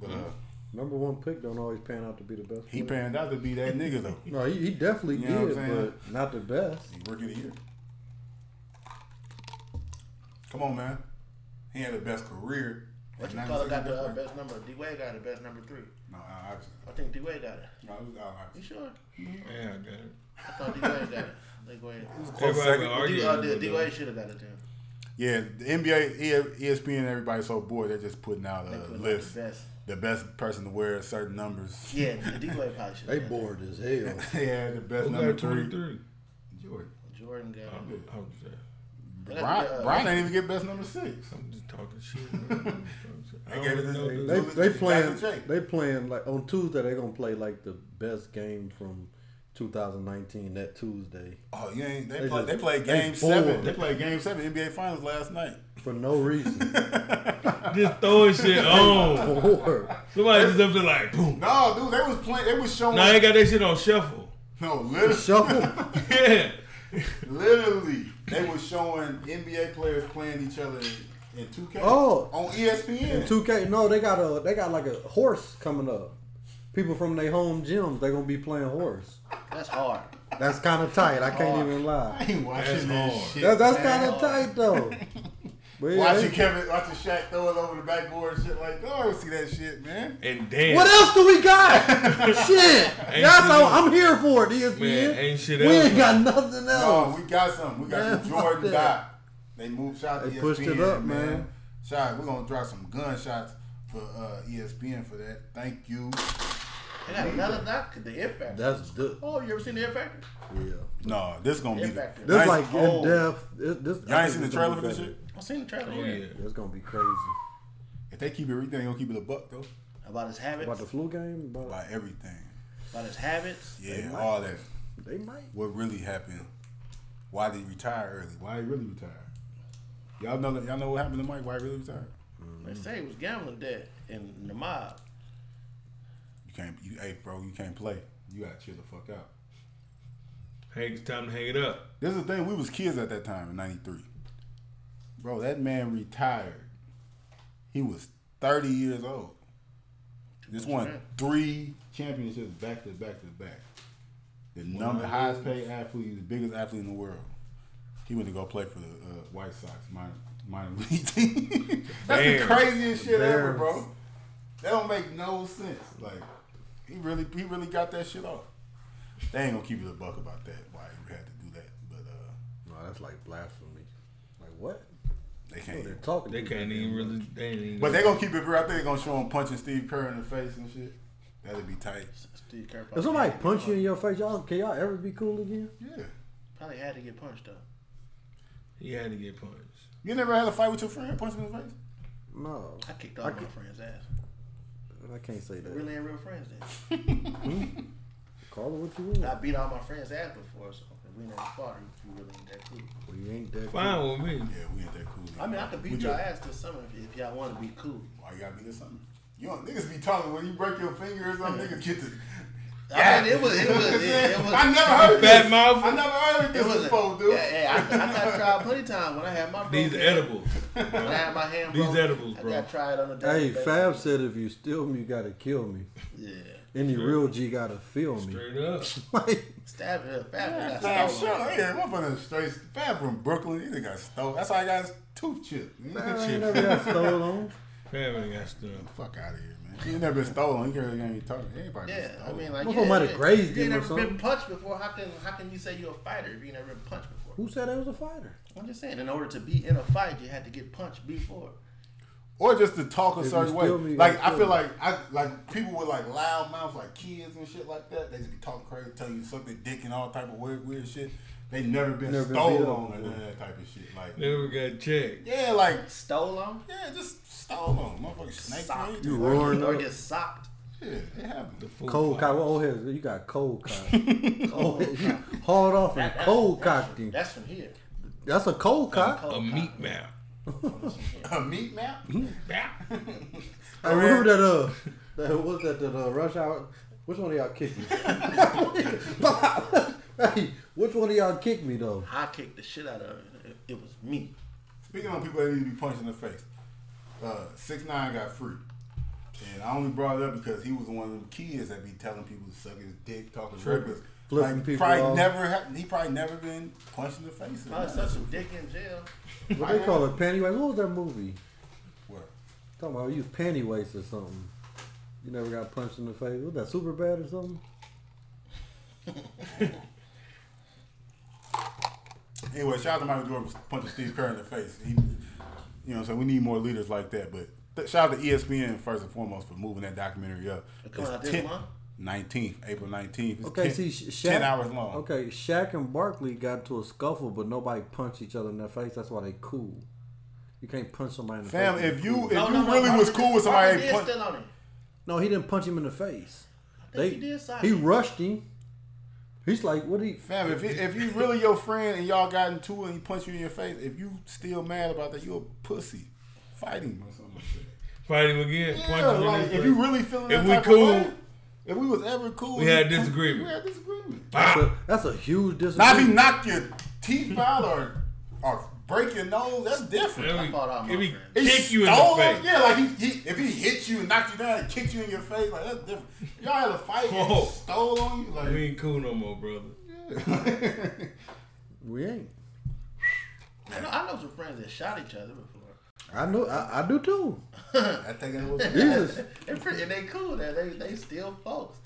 But uh,
Number one pick don't always pan out to be the best.
he
player.
panned out to be that nigga though.
No, he, he definitely
You know what
did,
I'm saying?
but not the best.
He Rookie of the year. Come on, man. He had the best career.
What you
Like,
call it
96
got the
best
uh,
player.
best number? D Wade got the best number three.
No, Al Iverson.
I think D Wade got it.
No, it was Al Iverson.
You sure?
Yeah, I got it.
I thought D Wade got it. Like Wade.
It was a close
Everybody
second.
been arguing.
D- uh, D-
about
D
that.
Wade should have got it then.
Uh,
Yeah, the NBA, E- ESPN, everybody's so bored. They're just putting out
They
a
put like
list.
the best.
the best person to wear certain numbers.
Yeah,
*laughs*
D Wade probably should.
They bored as *laughs* hell.
they had the best
Who
number
got
three.
twenty three?
Jordan.
Jordan got it.
Oh, I was there.
They got
Brian,
the, uh,
Brian didn't even get best number six.
I'm just talking
*laughs*
shit. man. I
They
don't
gave it
even
to-
know this-
They they
Dr.
playing
J.
they playing like on Tuesday they gonna play like the best game from 2019 that Tuesday
Oh, you ain't. They,
They
play,
just-
they played
they
game seven.
bored.
They played game seven NBA Finals last night.
for no
*laughs*
reason.
*laughs* Just throwing shit on.
Bored.
Somebody just up there like boom.
No, dude, they was playing. They was showing.
Now they got that shit on shuffle. *laughs*
no, literally.
Shuffle.
Yeah.
Literally, they were showing NBA players playing each other in, in 2K
Oh.
on E ESPN.
And 2K no they got a they got like a horse coming up. People from their home gyms they gonna be playing horse.
That's hard.
That's kind of tight. I can't
Oh.
even lie.
*laughs* I ain't watching
That's
that
hard.
shit.
That, that's
man.
kind of tight
*laughs*
though. But yeah,
watching
they-
Kevin, watching Shaq throw it over the backboard and shit like, oh, I don't see that shit, man.
And damn.
what else do we got?
*laughs*
Shit,
Ain't
that's
shit
all.
else.
I'm here for it. ESPN.
Man, ain't shit
we
else.
ain't got nothing
No,
else.
we got something. We got
Man,
the
fuck
Jordan
that.
dot. They moved shout out to E
They
ESPN,
pushed it up,
man.
man.
Shout, we're gonna drop some gunshots for uh, ESPN for that. Thank you.
They got another doc, the It Factor.
That's good.
oh, you ever seen the It Factor?
Yeah.
No, this
It
gonna be the,
Factor.
This
Nice.
like
Oh.
in depth. This, this,
Y'all ain't seen the trailer for this shit.
I seen the trailer.
Oh
yeah.
yeah.
It's gonna be crazy.
If they keep everything, they gonna keep it a buck though.
About his habits.
About the flu game, about,
By everything,
about his habits.
yeah, all that.
they might.
what really happened. Why did he retire early? Why he really retired? Y'all know y'all know what happened to Mike. Why he really retired?
They
Mm-hmm.
say he was gambling debt in the mob.
You can't. You, hey, bro, you can't play. you gotta chill the fuck out.
Hang, it's time to hang it up.
This is the thing. We was kids at that time in '93. Bro, that man retired. He was 30 years old. Just won three championships back to back to back. The number highest paid athlete, the biggest athlete in the world. He went to go play for the uh, White Sox minor minor *laughs* league team. That's
Bears.
the craziest shit ever,
Bears.
bro. That don't make no sense. Like he really he really got that shit off. They ain't gonna keep it a buck about that. Why he had to do that, but uh,
No, that's like blasphemy. Like what?
they
What they're
can't.
talking.
They
to
can't
you.
even really. They ain't even.
But they gonna keep it real. I think they gonna show him punching Steve Kerr in the face and shit. That'd be tight.
Steve Kerr probably
If somebody
had to get
punch you in
punched.
your face, y'all can y'all ever be cool again?
Yeah.
Probably had to get punched though.
he had to get punched.
You never had a fight with your friend, punch him in the face.
No,
I kicked all my friends' ass.
I can't say
They
that.
really ain't real friends then.
Call it what you want.
I beat all my friends' ass before, so we never fought if you really ain't that cool.
Well, you ain't that. cool.
Fine with me.
Yeah, we ain't that cool.
I mean, I could
We
beat
just-
y'all ass this summer if, if y'all want to be cool.
Why you gotta be this something? You don't niggas be talking when you break your finger or something. Niggas get to.
I mean, it was, it was, it,
*laughs*
it was.
I never heard
Fat
this.
mouth.
I never heard
It
this
was
before, dude.
Yeah, yeah, I, I got tried plenty of times when I had my broken
These
hand.
edibles.
When I had my hand
These
broken,
edibles, bro.
I got tried on the day.
Hey, Fab said if you steal me, you gotta kill me.
Yeah,
Any real G gotta feel me.
Straight up.
*laughs* Like,
stab her. uh, Fab
Yeah,
got
Fab
stolen.
sure. Yeah, motherfucker straight. Fab from Brooklyn. He done got stole. That's how I got his tooth chipped.
I ain't never got stolen.
Family got stuff.
Fuck out of here, man. He ain't never been stolen. He can't even talk. Everybody
Yeah,
been
I
stolen.
mean, like,
Motherfucker
yeah,
might have
yeah.
grazed
you
him
ain't
or
never been
something.
punched before. How can how can you say you're a fighter if you never been punched before?
Who said I was a fighter?
I'm just saying, in order to be in a fight, you had to get punched before.
or just to talk a
If
certain
you
way.
steal me, you
like
gotta
I feel
kill me.
like I like people with like loud mouths, like kids and shit like that. They just be talking crazy, tell you something, dick and all type of weird, weird shit. They never been
Never been
stolen
beat up
on or
before.
none of that type of shit. Like
Never got checked.
yeah, like
Stole on
yeah, just stolen, motherfucking snake.
Sock.
man.
You
Like,
roaring
or
up.
just socked.
Yeah, it happened.
Full
Cold
fight.
cock. What old heads? You got cold cock. cold, you hauled off and
That- that's-
cold
that's
cocked
from-
him.
That's from here.
That's a cold cock.
Cold
A
cock.
meat map.
A meat map.
Map.
I remember that. Uh, that was that that uh, rush hour. Which one of y'all kicked me? *laughs* hey, which one of y'all kicked me though?
I kicked the shit out of it. It- It was me.
Speaking of people that need to be punched in the face, uh, six nine got free, and I only brought it up because he was one of them kids that be telling people to suck his dick, talking rippers.
Flipping
like,
people
probably
off.
never ha- he probably never been punched in the face. or
Probably
nothing.
such a dick in jail.
What they call it? Panty waist. What was that movie?
What?
Talking about you was panty waist or something. You never got punched in the face. Was that super bad or something?
Anyway, shout out to Michael Jordan for punching Steve Kerr in the face. He, you know, what I'm saying we need more leaders like that. But th- shout out to E ESPN first and foremost for moving that documentary up.
It come out this month?
nineteenth, April nineteenth.
Okay,
10,
see, Sha-
ten
Shaq-
hours long.
Okay, Shaq and Barkley got into a scuffle, but nobody punched each other in the face. That's why they cool. You can't punch somebody in the
Fam,
face.
if you if
No,
you
no, no,
really
Marvin
was
did-
cool with somebody,
Marvin
that
did
punch,
still on it.
no, he didn't punch him in the face.
I think he did sock
he
him.
rushed him. He's like, what he?
fam, if you, if you really your friend and y'all got into it and he punched you in your face, if you still mad about that, you a pussy. Fight him or something like that.
Fight him again. punch
Yeah,
him in
like
the
if
face.
you really feeling
If
that
we
type
cool,
of way, if we was ever cool,
we
you
had
punch-
disagreement.
We had disagreement.
That's
Ah!
a, that's a huge
Now if he
disagreement.
knock your teeth out or or break your nose, that's different.
If he-
fought all my
if he
friends.
He
kick you in the
stole him?
face.
Yeah, like he, he if he hit you and knocked you down and kicked you in your face, like that's different. Y'all had a fight and
Whoa.
he stole on you, like
We ain't cool no more, brother.
We ain't.
I know, I know some friends that shot each other before.
I know. I, I do
*laughs*
too.
I think it was
This is
They're pretty, and they cool. That they they still folks.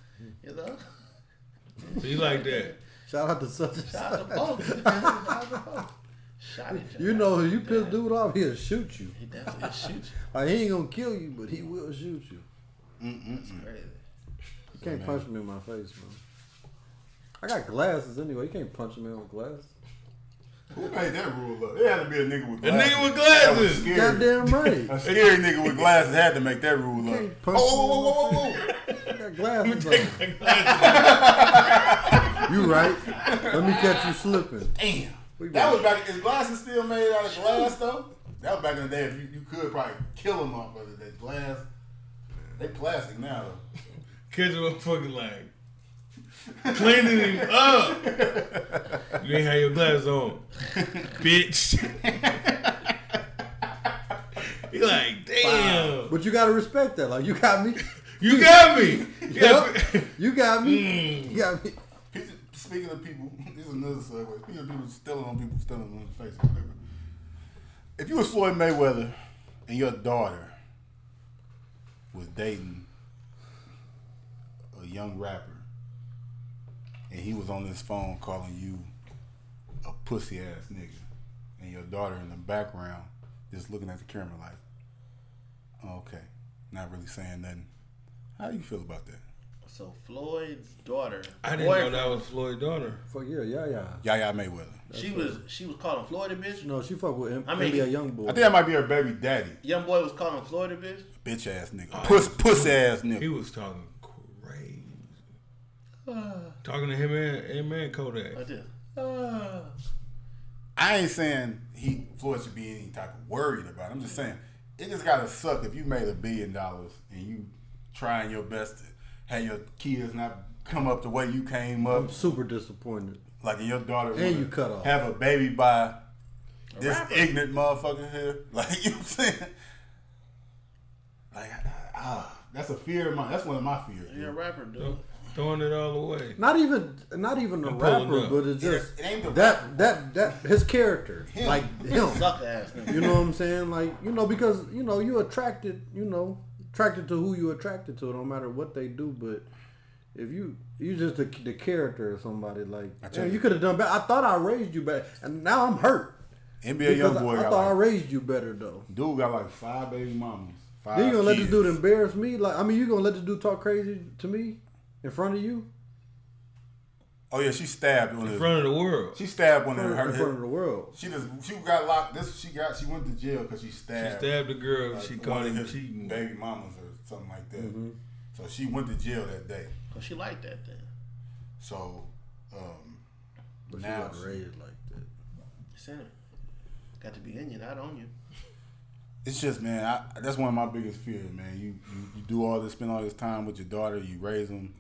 You know,
Be like that.
shout out to such and
shout out
such.
to folks. Shout out to folks. Shot each other.
You know, if you piss
Yeah.
dude off, he'll shoot you.
He definitely shoots you.
Like, he ain't gonna kill you, but he will shoot you.
It's
Mm.
crazy.
You can't punch me in my face, man. I got glasses anyway. You can't punch me in with glasses.
Who made that rule up? It had to be a nigga with
A
glasses.
nigga with
That was
glasses.
scary.
Goddamn right.
A *laughs* scary nigga with glasses had to make that rule up.
Can't
Oh,
punch
whoa, whoa,
me
whoa,
in
*laughs*
whoa, whoa.
I got glasses on. You right. Let me catch you slipping.
Damn.
We
That
back.
was back. Is glasses still made out of glass though? That was back in the day. If you, you could probably kill them off of that glass. They plastic now. though.
Catch him fucking like. Cleaning him up. You ain't had your glass on, bitch. *laughs* you like, damn.
But you gotta respect that. Like you got me.
You got me.
Yep. you got me. You got me.
He's- Speaking of people, *laughs* this is another segue. Speaking of people stealing on people, stealing on the face, or whatever. If you was Floyd Mayweather and your daughter was dating a young rapper and he was on this phone calling you a pussy ass nigga, and your daughter in the background just looking at the camera like, okay, not really saying nothing. How you feel about that?
So Floyd's daughter.
I didn't
boyfriend,
know that was Floyd's daughter.
Fuck yeah, yeah, yeah.
Yaya Mayweather.
She was she was calling Floyd a bitch.
No, she fuck with M-
I mean-
NBA young boy.
I think that might be her baby daddy.
Young boy was calling Floyd a bitch.
bitch ass
Oh,
nigga, puss puss ass
He
nigga.
was talking
*sighs*
crazy. Talking to him and, him and Kodak.
Like this. Ah.
I ain't saying he Floyd should be any type of worried about. It. I'm just saying it just gotta suck if you made a billion dollars and you trying your best to have your kids not come up the way you came up,
I'm super disappointed.
like your daughter
And
wanna
you cut off.
have a baby by this
rapper.
ignorant motherfucker here. *laughs* Like you know what I'm saying. Like ah, that's a fear of mine. That's one of my fears.
You're a
dude.
rapper, dude.
Throwing it all away.
Not even, not even a
pulling
rapper,
up.
but it's just
It ain't the
that, that, that, his character, like him.
Sucker ass nigga.
You know what I'm saying? Like, you know, because you know you attracted, you know, attracted to who you attracted to, no matter what they do. But if you you just the, the character of somebody, like
tell
"Man,
you.
you could have done better. I thought I raised you better, and now I'm hurt.
NBA young
because
boy.
I, I
got
thought I
like-
raised you better though.
Dude got like five baby mamas. Five
Then you gonna let this
kids.
dude embarrass me? Like, I mean, you gonna let this dude talk crazy to me in front of you,
Oh yeah, she stabbed one
In
of.
front
the
of the world.
She stabbed one
in
of
front,
her.
in front of the world.
She just she got locked. This she got she went to jail because she
She
stabbed.
stabbed the girl.
like,
she
one
caught
of
him
his
cheating.
Baby mamas or something like that.
Mm-hmm.
So she went to jail that day.
Cause she liked that then.
So um,
But
Now
she
she-
got raised like that.
Center. Got to be in you, not on you.
it's just man, I, that's one of my biggest fears, man. You, you you do all this, spend all this time with your daughter, you raise them,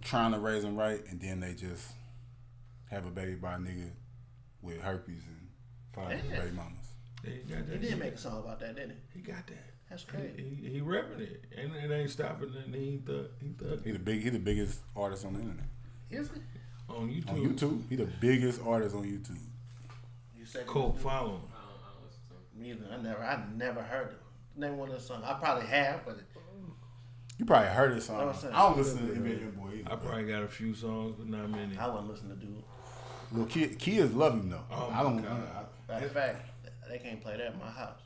trying to raise them right, and then they just have a baby by a nigga with herpes and five
Yeah.
baby mamas.
He got
He
that.
did make a song about that, didn't he?
He got that.
That's crazy.
He, he repping it, and it ain't stopping. And he thug, he thug
He the big, he the biggest artist on the internet.
Is it?
on YouTube.
On YouTube, he the biggest artist on YouTube.
You said
Cold following.
Me either. I never, I never heard it. Name one of the songs. I probably have, but
You probably heard his
Know
song.
what I'm saying?
I don't listen to NBA Youngboy either.
I probably got a few songs, but not many.
I wouldn't listen to dude.
Look, kid, kids love him though.
Oh
I don't.
my God.
I,
In fact, they can't play that in my house.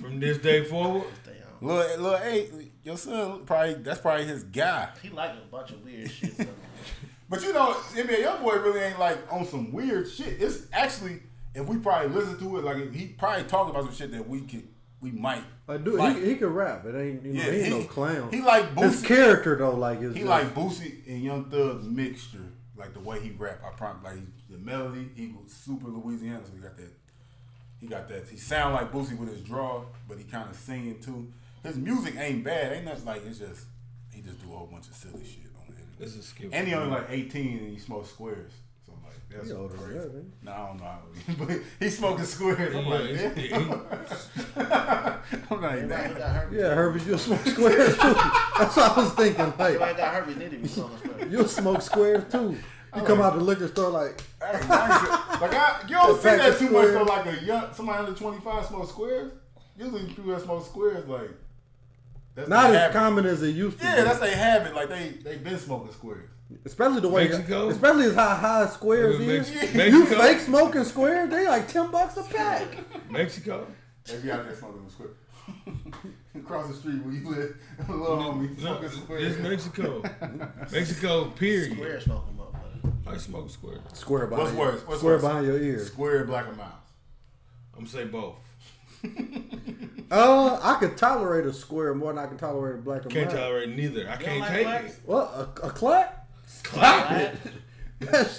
From this day forward,
They, um,
Lil, Lil A, your son probably that's probably his guy.
he liked a bunch of weird shit. So.
But you know, NBA Youngboy really ain't like on some weird shit. It's actually if we probably listen to it, like he probably talking about some shit that we could we might.
Like, dude,
like.
he, he can rap. It ain't, you know,
Yeah,
he ain't
he-
no clown.
he like
his
Boosie.
character though. Like, is
He
just-
like Boosie and Young Thug's mixture, like the way he rap. I promise, like he, the melody, he was super Louisiana, so he got that. He got that. He sound like Boosie with his draw, but he kind of singing too. His music ain't bad, ain't nothing like it's just he just do a whole bunch of silly shit on the
this
internet.
is skip.
And he only like 18 and he smokes squares, so like that's
He older than
crazy.
that, ain't
No, I don't know how old he is, *laughs* but he smoking squares. I'm like,
Yeah, he-
damn. *laughs* I'm like,
Everybody who
damn.
got herpes.
yeah, Herbie, you'll smoke squares too. That's what I was thinking.
Everybody
Like,
got herpes. Need to be song
you'll smoke squares too. You come out the liquor store like,
That's nice. like I, you
The
don't see
fact
that
that
too much though.
squares-
Like a young somebody under twenty five smoke squares. Usually people that smoke squares like that's
not
their
as
habit.
common as it used to.
Yeah,
be.
that's a habit. Like they they been smoking squares.
especially the way,
Mexico?
especially as how high squares
Yeah,
is. *laughs*
Mex-
You
Mexico.
fake smoking squares? They like ten bucks a pack.
Mexico.
They be out there smoking them squares. *laughs* Across the street where you live, *laughs* little homie
No,
smoking
this
squares.
Mexico.
*laughs*
Mexico. Period.
Square smoking motherfucker.
I smoke square.
Square behind.
What's
your-
worse? What's
square
worse?
behind your ear.
Square black and miles.
I'm gonna say both.
Uh, I could tolerate a square more than I can tolerate a black and
Can't
white.
tolerate neither. I
You don't
can't
like
take
*laughs*
blacks?
it.
What a, a clap?
Clap it.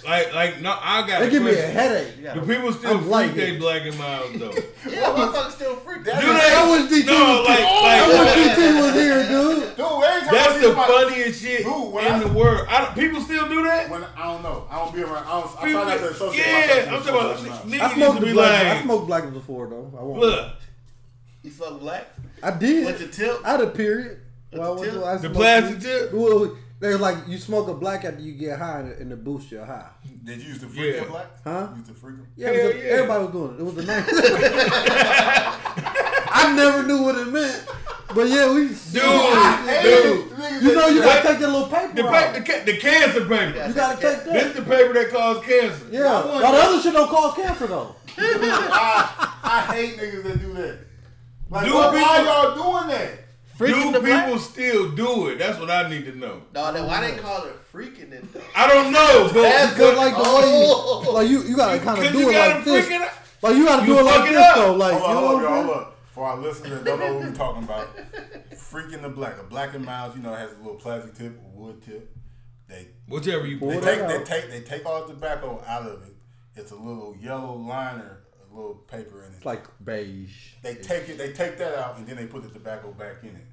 Like, like, no, I got.
They
a
give me a
question.
headache.
Do people still
I'm
freak
light
they
here.
black and
*laughs*
mild though? Do they?
Yeah, motherfuckers still freak.
That-
I wish DT
no,
was-
like,
I wish
like
DT was here, dude.
Dude, every time I
that's
see
the
somebody-
funniest shit
Dude, when
in
I-
the world. I don't, people still do that.
When I don't know, I don't be around. I, don't, I
People-
try not to associate
yeah,
myself
I'm
with
talking about
somebody else.
I
niggas used
smoked
to
the
be
black. I
like,
smoked black before though. I won't.
look,
You fuck black?
I
What's your
did.
tip?
I had a period. Well,
the tip?
I
the
smoked-
plastic tip.
Well, they was like you smoke a black after you get high and, it- and it boosts your high.
Did you used to freak
Yeah.
them black?
Huh?
You used to freak them.
Yeah, it was
Hell
a-
yeah.
everybody was doing it. It was the night. *laughs* I never knew what it meant, but yeah, we.
Dude, dude,
you know you
What?
gotta take that little paper
the,
out.
pa- the, ca- the cancer paper.
you gotta take
This
that.
the paper that caused cancer.
Yeah, now the other shit don't cause cancer though.
I, I hate niggas that do that. Like,
Dude,
why, why
people-
y'all doing that?
Do
Freaking the
people
black?
still do it? That's what I need to know.
No, that, why they call it freaking it though?
I don't know, but
That's
Because like the
Oh.
way you, like you, you gotta kind
because
of
you
do it
gotta
like this.
freaking out.
Like you gotta
You
do it like
fuck it
this
up.
though. Like
Hold on, hold
you
on,
know
hold
what
on. For our listeners that don't know what we're talking *laughs* about, freaking the black. A black and miles, you know, has a little plastic tip or wood tip. They
Whichever you
Pull
they
it
put.
take
out.
they take they take all the tobacco out of it. It's a little yellow liner, a little paper in it.
It's like beige.
they take it, they take that out, and then they put the tobacco back in it.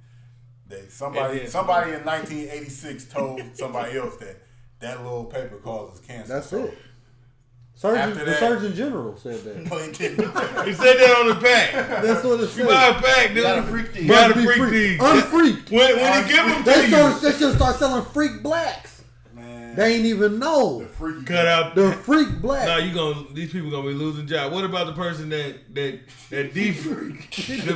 They
And
somebody
then-
somebody in 1986 told somebody else that that little paper causes cancer.
That's
So-
it. Surgeon,
After
the
that-
Surgeon General said
*laughs*
that.
No, it didn't.
*laughs* He said that on the
*laughs*
pack.
That's what it
You buy a
said.
pack, dude.
gotta freak these.
You gotta
Be
freak
freak-
these.
Unfreaked.
When, when he give them
They
to
start,
you,
they should start selling freak blacks.
Man,
They ain't even know.
the freaky
cut out.
The freak
Now
black.
you gonna these people gonna be losing job. What about the person that that that de freak? *laughs* the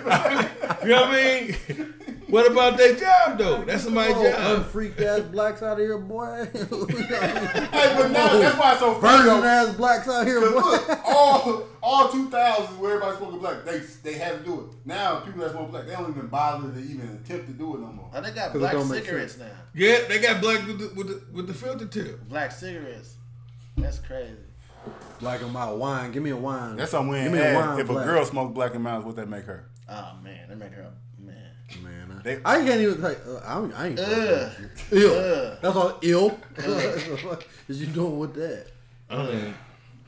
black *laughs* You know what I mean? What about their job though? That's somebody's
Oh,
job.
unfreaked ass blacks out here,
*laughs*
boy. *laughs* Virgin
Hey, but now that's why it's so funny. though.
ass blacks out here,
'Cause
boy.
look, all all two thousands where everybody smoking black, they they had to do it. Now people that smoke black, they don't even bother to even attempt to do it no more.
Now they got
'Cause it
black
don't make
cigarettes now.
Yeah, they got black with the, with the, with the filter tip.
Black cigarettes. That's crazy.
Black on my wine. Give me a wine.
ain't
Give me a
had.
wine. black.
smoked black and miles, what that make her?
Oh man, that make her a man.
Man, I,
They-
I can't even. Like, uh, I, don't- I ain't.
Ugh.
Ill.
Ugh.
That's all *laughs* ill. What is you doing with that?
I don't even,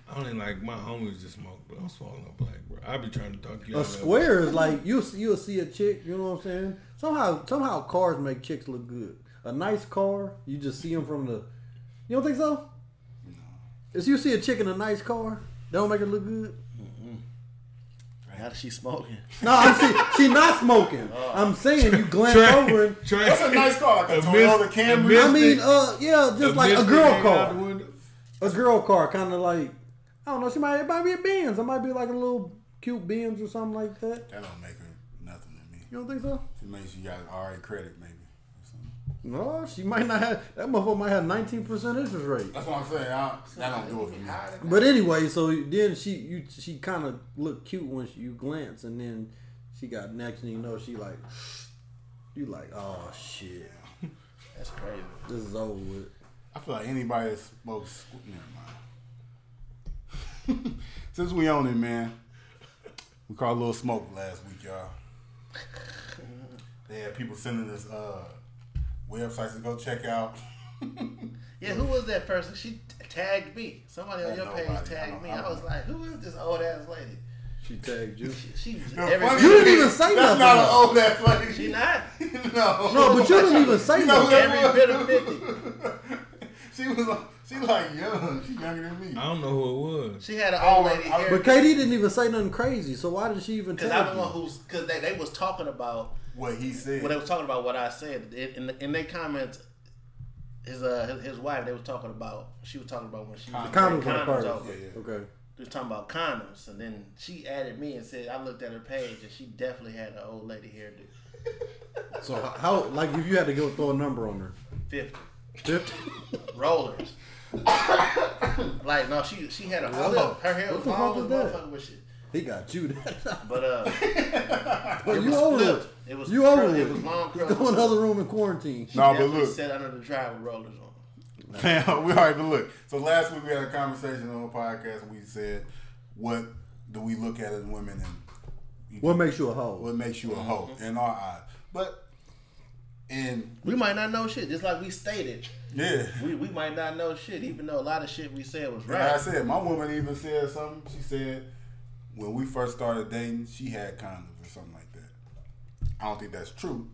I don't even like my homies just smoke, but I'm smoking no black, bro. I be trying to talk to you.
A
*laughs*
square is like you. You'll see a chick. You know what I'm saying? Somehow, somehow, cars make chicks look good. A nice car, you just see them from the. You don't think so? No. If you see a chick in a nice car, they don't make her look good.
How does she smoking?
No, I'm see, she not smoking. I'm saying you glance over. And,
That's a nice car, like a Toyota Camry.
I mean, uh, yeah, just like a girl car, a girl car, kind of like I don't know. She might, it might be a Benz. It might be like a little cute Benz or something like that.
That don't make her nothing to me.
You don't think so?
It makes you got RA credit maybe. or something.
No, she might not have. That motherfucker might have 19% interest rate.
That's what I'm saying. I, that don't do it for me.
But anyway, so then she you she kind of looked cute when she, you glance, and then she got next, and you know she like you like oh shit,
That's crazy.
this is over with.
I feel like anybody that smokes. Never mind. *laughs* Since we own it, man, we caught a little smoke last week, y'all. They had people sending us uh, websites to go check out.
Yeah, who was that person? She t- tagged me. Somebody on
Ain't
your page
nobody. I
tagged
don't-
me.
I
I
don't-
was like, who is this old ass lady?
She tagged you.
She, she
The
every,
funny-
You didn't even say nothing.
That's not an old ass lady.
She not.
*laughs* no.
no, *laughs* but you didn't even say
You know who
nothing.
that
Every
was?
bit of 50.
*laughs* she was like, she like young. She younger than me.
I don't know who it was.
She had an
Oh,
old lady
I-
hair.
But Katie didn't even say nothing crazy. So why did she even
Because I'm
tag
the one
you?
who's because they, they was talking about
What he said.
when they was talking about what I said it, in in their comments. His uh his, his wife they was talking about she was talking about when she was
Condoms
bringing
on the party.
over.
Yeah, yeah.
Okay.
They was talking about condoms and then she added me and said I looked at her page and she definitely had an old lady hairdo
So how like if you had to go throw a number on her,
fifty *laughs*
fifty?
rollers. *coughs* like no she she had a
Wow.
flip her hair
What
was
the fuck
long as
is that?
motherfucker with shit
He got you. *laughs* That *laughs*
but uh
but you
was
over
flipped.
it.
It was
you
curly.
over
It was long
Just
curly.
Go in another room in quarantine.
No, but
definitely
look.
sat under the drive with rollers on.
*laughs* Fam, we already but look. So last week we had a conversation on the podcast and we said, what do we look at in women and
What makes you a hoe?
what makes you a hoe in our eyes? But And
We might not know shit, just like we stated.
yeah,
We, we might not know shit, even though a lot of shit we said was
Like I
right.
said, my woman even said something. She said when we first started dating, she had condoms or something like that. I don't think that's true.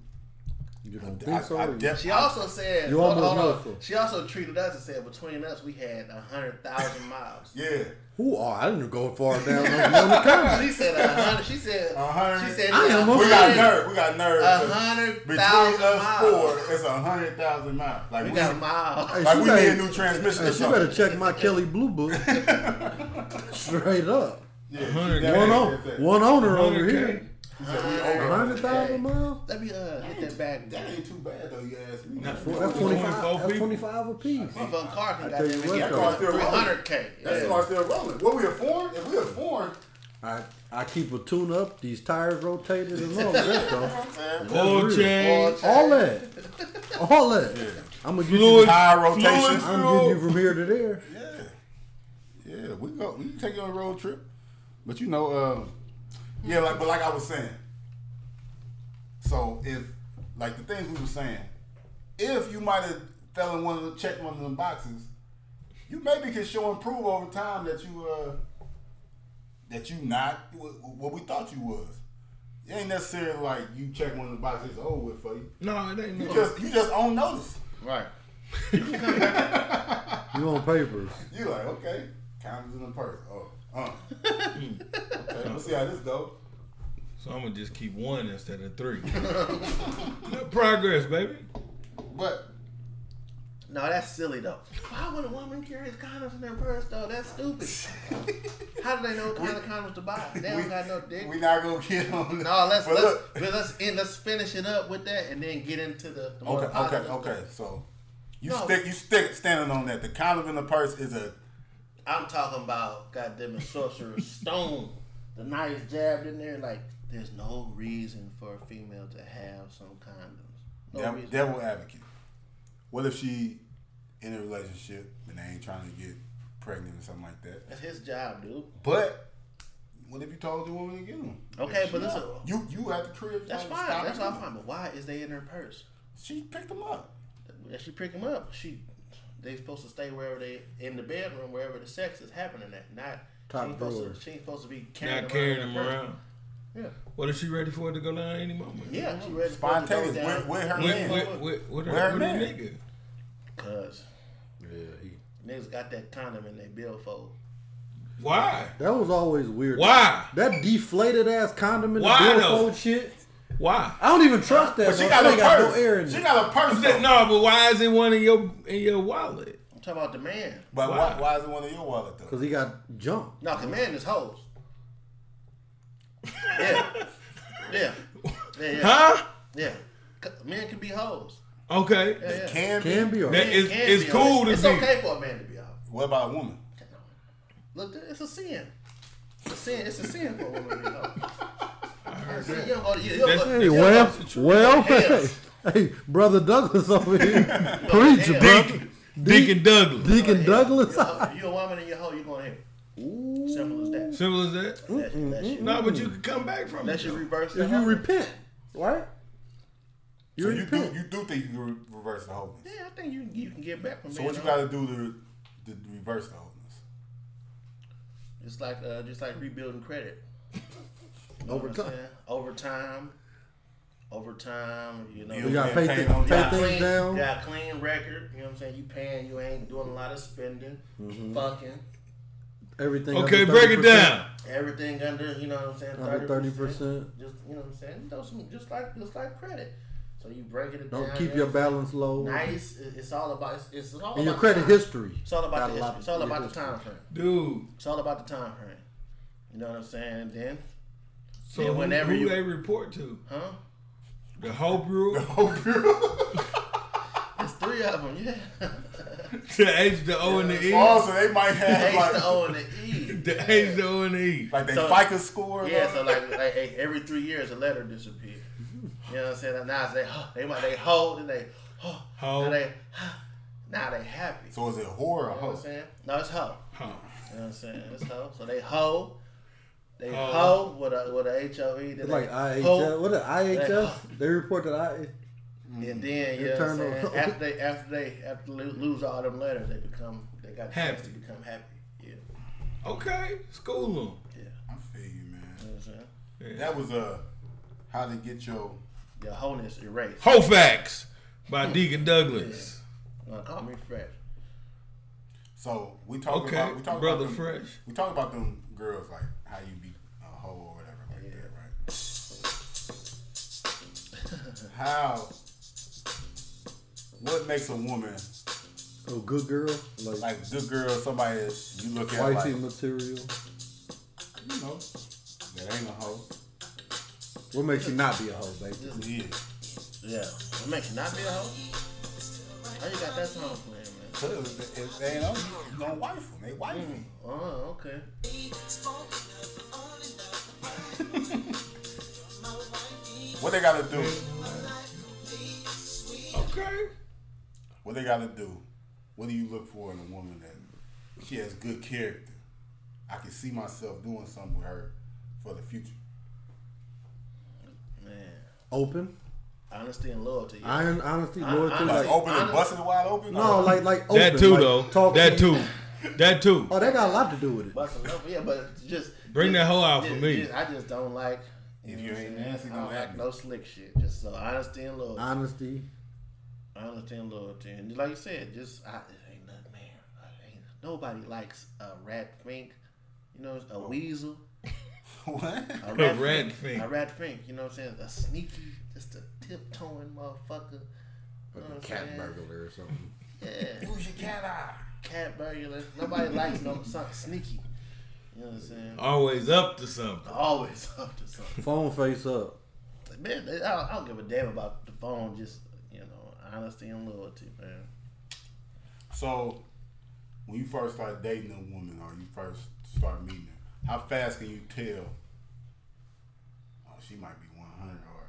You don't
I,
think so?
I
or you-
def-
She also said,
You
hold,
almost
hold on.
know, so.
She also treated us and said, between us, we had a hundred thousand miles.
yeah,
Who are? I didn't go far
*laughs*
down on on the couch.
She said a hundred. She said.
A hundred.
She said.
I am a
we got nerve. We got nerve.
A
'cause
hundred
Between
thousand
us
miles.
four, it's a hundred thousand miles. Like
We
we,
got miles.
Hey,
like
she
we
better-
need a new transmission or
Hey, she better
something.
check my Kelly Blue
*laughs*
Book. Straight up.
Yeah, she
hundred.
definitely
One, on,
said that.
one owner over
100K.
here.
Hundred.
100,000 miles?
Let me uh hit that back.
That ain't too bad though. You asked me.
Not
Well, that's
24
25, that's
people.
25 apiece.
Motherfucking car can
I tell you what,
That car's still
three
rolling.
hundred k.
That car's still rolling. What we a foreign? If we a foreign,
I, I keep a tune up, these tires rotated and all that stuff.
Oil
real.
change,
All
*laughs*
that. All that. I'm going to get you
Fluid.
high rotation.
Fluid.
I'm getting you from here to there.
Yeah, yeah, we go. We can take you on a road trip, but you know, uh, yeah, like but like I was saying. So if like the things we were saying, if you might have fell in one of the check one of them boxes, you maybe can show and prove over time that you uh that you not what, what we thought you was. It ain't necessarily like you check one of the boxes it's over with for you.
No, it ain't
You
no.
just you just on notice.
Right.
You on papers.
You like, okay, condoms in the purse. Oh,
*laughs*
uh. okay, let's see how this go.
So I'm gonna just keep one instead
*laughs*
of three. No Progress, baby.
But
No, that's silly though. Why would a woman carry condoms in their purse though? That's
*laughs*
stupid. How do they know what kind of condoms to buy? They don't got no dick.
we not gonna get on. the-
no, let's
but
let's
look.
but let's end, let's finish it up with that and then get into the, the more
Okay, okay,
positive
okay. So you
No.
stick, you stick standing on that. The condom in the purse is a
I'm talking about goddamn
*laughs*
sorcerer's stone. The knife jabbed in there, like there's no reason for a female to have some condoms. No
dev-
reason.
devil advocate. What if she in a relationship and they ain't trying to get pregnant or something like that?
That's his job, dude.
But what if you told your woman to get them?
Okay, but listen,
You you at the crib.
that's
like,
fine.
stop
That's
it.
all fine. But why is they in her purse?
She picked them up.
Yeah, she pick them up. She they supposed to stay wherever they in the bedroom, wherever the sex is happening at. Not
Top
she ain't, supposed
drawer.
to, she ain't supposed to be carrying
Not
them
carrying
around in
them
her purse.
around.
Yeah,
What if she ready for it to go down any moment?
yeah, she ready.
Spontaneous with, with her
With,
man.
with, with, with
Where
her, with her
man?
nigga.
Cause
Yeah, he,
niggas got that condom in their billfold.
Why?
that was always weird.
Why?
That deflated ass condom in the
Why, though?
billfold shit.
Why?
I don't even trust that.
But she
bro.
got
That
a
ain't got
purse.
no air in
she
it.
got a purse.
I'm saying,
though.
no, but why is it one in your in your wallet?
I'm talking about the man.
But why?
Why?
why? is it one in your wallet though?
Cause he got jumped.
No, command is hoes. Yeah. yeah. Yeah, yeah.
Huh?
Yeah. C- Men can be hoes.
Okay.
Yeah, yeah.
It can,
Can
be.
be or
That-
Men
It's-
can
it's
be
cool
hoes.
to
It's
be.
okay for a man to be a hoe.
What about a woman?
Look, it's a sin. It's a sin. It's a sin for a woman to be a hoe. It's a sin. You don't go to- you- you don't
That's-
go-
Hey,
you don't
well,
go to-
well, hey,
Hell.
brother Douglas over
*laughs*
here. Preach,
Hell.
brother.
Deacon Douglas.
Deacon
Hell.
Douglas.
You're a hoe. You're a woman and you're a hoe. You're going here. Simple as that.
Simple as that.
That- That shit-
No, but you can come back from
that
it.
should
though.
reverse
*laughs*
the
If you
hoe.
repent, right? You
So you do
repent.
you do think you can re- reverse the wholeness?
Yeah, I think you you can get back from
So
being
what
a
you
hoe.
got to do to, to reverse the wholeness?
It's like uh, just like rebuilding credit. You know
Over
what I'm
time.
saying? Over time. Over time, you know.
You
You
You
got
gotta pay,
Pay
th-
on
pay
time.
things
clean,
down.
you got a clean record. You know what I'm saying? You paying, you ain't doing a lot of spending,
Mm-hmm.
fucking
Everything.
Okay,
under
break it
30%.
down.
everything under. You know what I'm saying?
Under 30%.
Just you know what I'm saying? You know, some, just like just like credit. So you break it down.
Don't keep your
everything
balance low.
Nice. It- It's all about. It's, it's all
And
about
your
the
credit
time.
history.
It's all
Got
about
a
the
lot
history. It's all
of
about the
history.
time frame.
Dude.
It's all about the time frame. You know what I'm saying? And then,
So
Yeah,
who-
whenever
who,
you-
they report to?
huh?
The
*laughs*
Hope Bureau,
Oh,
It's three of them, yeah.
the H, the O, and the E.
Also, Oh, they might have
H,
like
the O, and the E.
*laughs* The H, the O, and the E.
like they
So-
FICA score.
Yeah, so like, like hey, every three years a letter disappears. You know what I'm saying? Now it's they, huh, they might they hold and they, huh,
Ho.
now they, huh, now they happy.
So is it whore or
You know what I'm
hoe?
saying? No, it's hoe.
Huh.
You know what I'm saying? It's hoe. So they hoe, they
Ho.
hoe with a with a H O E.
It's like
they
IHS.
hoe.
What the IHS? They report that I.
And then
It
yeah,
turned over.
after they after they after they lose all them letters, they become they got the chance to
Happy.
become happy. Yeah,
Okay, school
yeah.
I feel you, man.
You know what I'm saying?
them. Yeah.
That was uh, how to get your
Your wholeness erased.
Hofax by
Hmm.
Deacon Douglas.
Uh, call me fresh.
So we talk
Okay,
about we talk
brother
about them,
Fresh.
We talk about them girls like how you be a hoe or whatever like that, right? how? What makes a woman
Oh, good girl, like,
like good girl? Somebody that you look at like
wifey
you
material.
know that ain't a hoe.
What makes you not be a hoe, baby?
Yeah,
Yeah, it makes you not be a hoe. How you got that song playing, man?
cause if- if they ain't on you, you gonna wife them. They wife them.
Oh, okay.
What they gotta do?
Okay.
What they gotta do? What do you look for in a woman that she has good character? I can see myself doing something with her for the future.
Man,
Open,
honesty and loyalty. Yeah.
iron, honesty,
I-
loyalty.
I-
Like
Like,
open and
honest-
busting it wide open?
no,
Or-
like like open.
That too
like,
though.
talking-
That too. That too.
Oh, that got a lot to do with it.
Bustin' up, yeah, but just
Bring that hoe out for
just-
me.
just- I just don't like.
If
know
you
what I'm
ain't
saying?
nasty,
I
don't
don't
act
like no slick shit. Just so honesty and loyalty.
Honesty.
Honesty and loyalty, and like you said, just I it ain't nothing, man. I ain't nobody likes a rat fink. You know, a weasel,
*laughs* what?
a
rat
rat,
fink.
a rat fink. You know what I'm saying? A sneaky, just a tiptoeing motherfucker. You know what I'm saying?
burglar or something.
Yeah,
Use your cat eye.
cat burglar. Nobody likes no something sneaky. You know what I'm saying?
Always up to something.
Always *laughs* up to something.
Phone face up.
Man, I don't, I don't give a damn about the phone. Just you know, honesty and loyalty, man.
So, when you first start dating a woman or you first start meeting her, how fast can you tell? Oh, she might be 100 or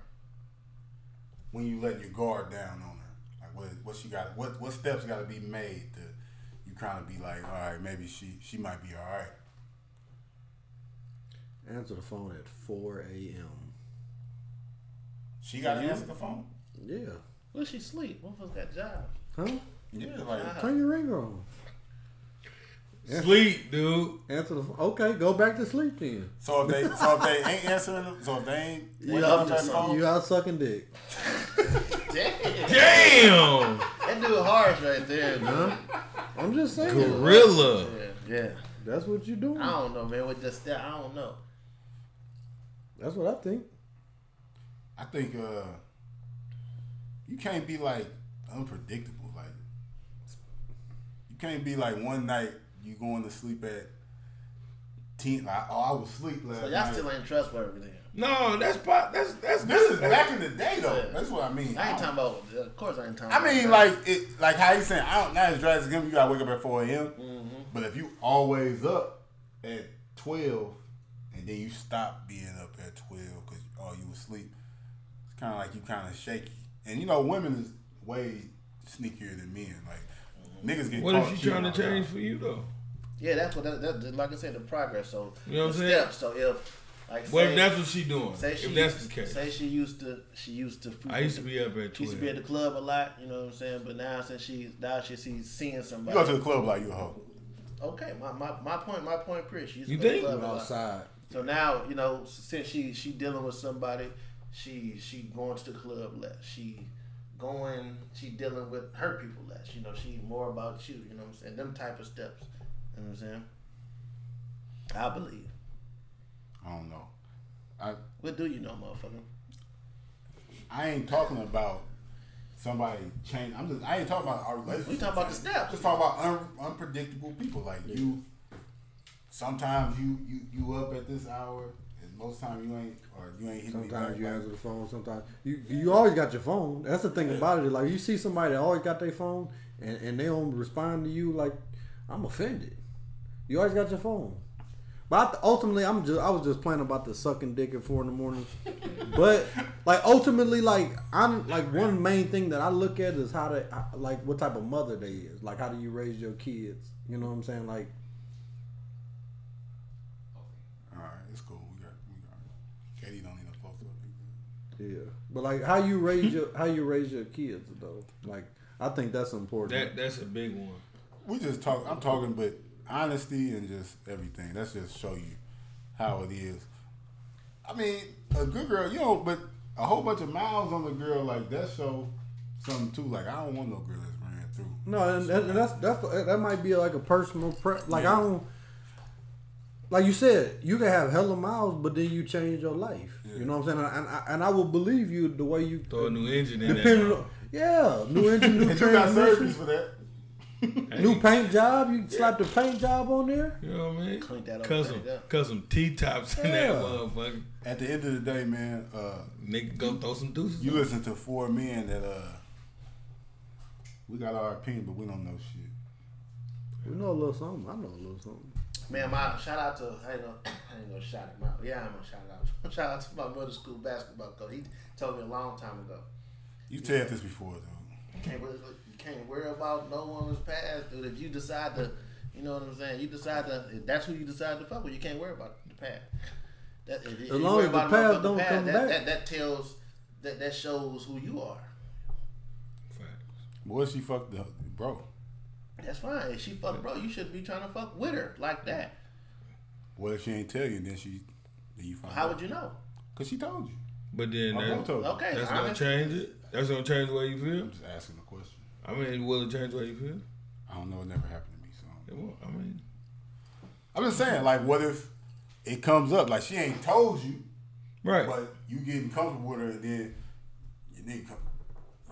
when you letting your guard down on her. Like what what she got what what steps got to be made to you kind of be like, "All right, maybe she she might be all right."
Answer the phone at 4 a.m.
She got to answer the phone.
Yeah.
Well, she sleep. What fuck got job?
Huh?
Yeah, like
Turn your ringer on.
Sleep, dude.
Answer the phone. Okay, go back to sleep then.
so if they *laughs* so if they ain't answering the, so if they ain't
You
yeah,
out,
that phone,
you out sucking dick.
Damn,
Damn.
that dude harsh right there. dude.
I'm just saying.
Gorilla.
Yeah, yeah.
That's what you're doing.
I don't know, man. With just that, I don't know.
That's what I think.
I think uh you can't be like unpredictable. Like you can't be like one night you going to sleep at ten. Like oh, I was sleep last
So y'all
night.
still ain't trustworthy. Then.
No, that's pop. That's that's
this
good.
is back in the day though.
Yeah.
That's what I mean.
I ain't talking about. Of course, I ain't talking.
I mean,
about
like it, like how you saying. I don't. Not as drastic as him. You gotta wake up at four a.m. But if you always up at twelve, and then you stop being up at twelve because oh you asleep, it's kind of like you kind of shaky. And you know, women is way sneakier than men. Like niggas get.
What
caught
is she
cheating
trying to
all the time.
change for you though?
Yeah, that's what. That, that, that- like I said, the progress. So
You know what
the
I'm saying?
steps. So if, like,
What
say-
if that's what she doing?
Say she,
if that's the case.
Say she used to she used to
I used to be up at
she used to be at
12.
the club a lot, you know what I'm saying? But now since she's now she, she's seeing
You
somebody.
go to the club like you a hoe.
okay, my, my, my point my point Chris. She used
You
to go to
think?
the club
But
a lot.
outside.
So now, you know, since she she dealing with somebody, she she going to the club less. She going she dealing with her people less. You know, she more about you, you know what I'm saying? Them type of steps. You know what I'm saying? I believe.
I don't know. I
What do you know, motherfucker?
I ain't talking about somebody change. I'm just. I ain't talking about our relationship.
We talking about the steps.
Just talking about un, unpredictable people like you. Sometimes you you you up at this hour, and most time you ain't or you ain't hitting me
Sometimes
back
you
by-
answer the phone. Sometimes you you always got your phone. That's the thing about it. Like you see somebody that always got their phone and, and they don't respond to you. Like I'm offended. You always got your phone. But I th- ultimately, I'm just I was just playing about the sucking dick at four in the morning. but like ultimately, like I'm like one main thing that I look at is how to like what type of mother they is. Like how do you raise your kids? You know what I'm saying? Like
All right, it's cool. We got we got. Katie don't need no close up.
Yeah, but like how you raise your how you raise your kids though. Like I think that's important.
That that's a big one.
We just talk. I'm talking, but honesty and just everything. That's just show you how it is. I mean, a good girl, you know, but a whole bunch of miles on the girl like that show something too. Like I don't want no girl that's ran through.
no, and, and that's that's that might be like a personal pre- like I don't. Like you said, you can have hella miles, but then you change your life. You know what I'm saying? And, and, I- and I will believe you the way you
Throw a new engine in
depending
there.
on yeah,
*laughs*
new engine, *laughs* new
And you got surgeries
transmission,
for that.
new paint job. You slap the paint job on there.
You know what I mean?
Clean that up,
Cut
clean
some,
it up.
cut some T tops in
Yeah.
that motherfucker.
At the end of the day, man, uh,
Nigga, go throw some deuces.
you listen to four men that uh, we got our opinion, but we don't know shit.
We know a little something. I know a little something.
Man, my shout out to I ain't gonna, *coughs* I ain't gonna shout him out. Yeah, I'm gonna shout out. *laughs* Shout out to my middle school basketball coach. He told me a long time ago.
You said this before, though.
You can't worry, you can't worry about no woman's past, dude. If you decide to, you know what I'm saying. You decide to. If that's who you decide to fuck with. You can't worry about the past. That, if, if
As
you
long
worry
as the
about
past
motherfucking
don't come
that,
back.
that that tells that that shows who you are.
Facts.
Boy, she fucked the bro.
That's fine. If she fuck, bro, you shouldn't be trying to fuck with her like that.
What if she ain't tell you? And then she, then you find
How
out.
would you know?
Cause she told you.
But then
My mom
that,
told you.
Okay,
that's gonna
honest-
change it. That's gonna change the way you feel.
I'm just asking a question.
I mean, will it change the way you feel?
I don't know. It never happened to me. So
It won't. I mean,
I'm just saying, like, what if it comes up? Like she ain't told you,
right.
but you getting comfortable with her, and then your nigga come.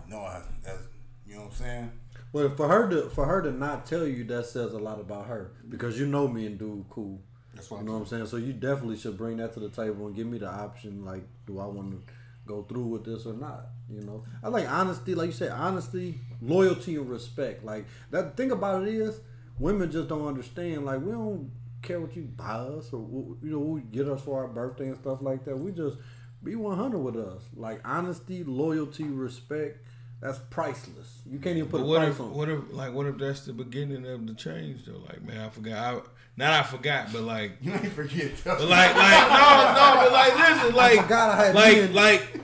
You know, I, that's you know what I'm saying. *laughs*
But for her to for her to not tell you that says a lot about her because you know me and dude cool.
That's what
you
I'm
know what I'm saying. So you definitely should bring that to the table and give me the option. Like, do I want to go through with this or not? You know, I like honesty. Like you said, honesty, loyalty, and respect. Like that. Thing about it is, women just don't understand. Like we don't care what you buy us or wh- you know what you get us for our birthday and stuff like that. We just be 100 with us. Like honesty, loyalty, respect. That's priceless. You can't even put
But
a
what
price
if
on. it.
what if like what if that's the beginning of the change though? Like man, I forgot. I, not I forgot, but like
You ain't forget.
But like, like, no, no, but like, listen, like,
forgot I had
like,
been.
like,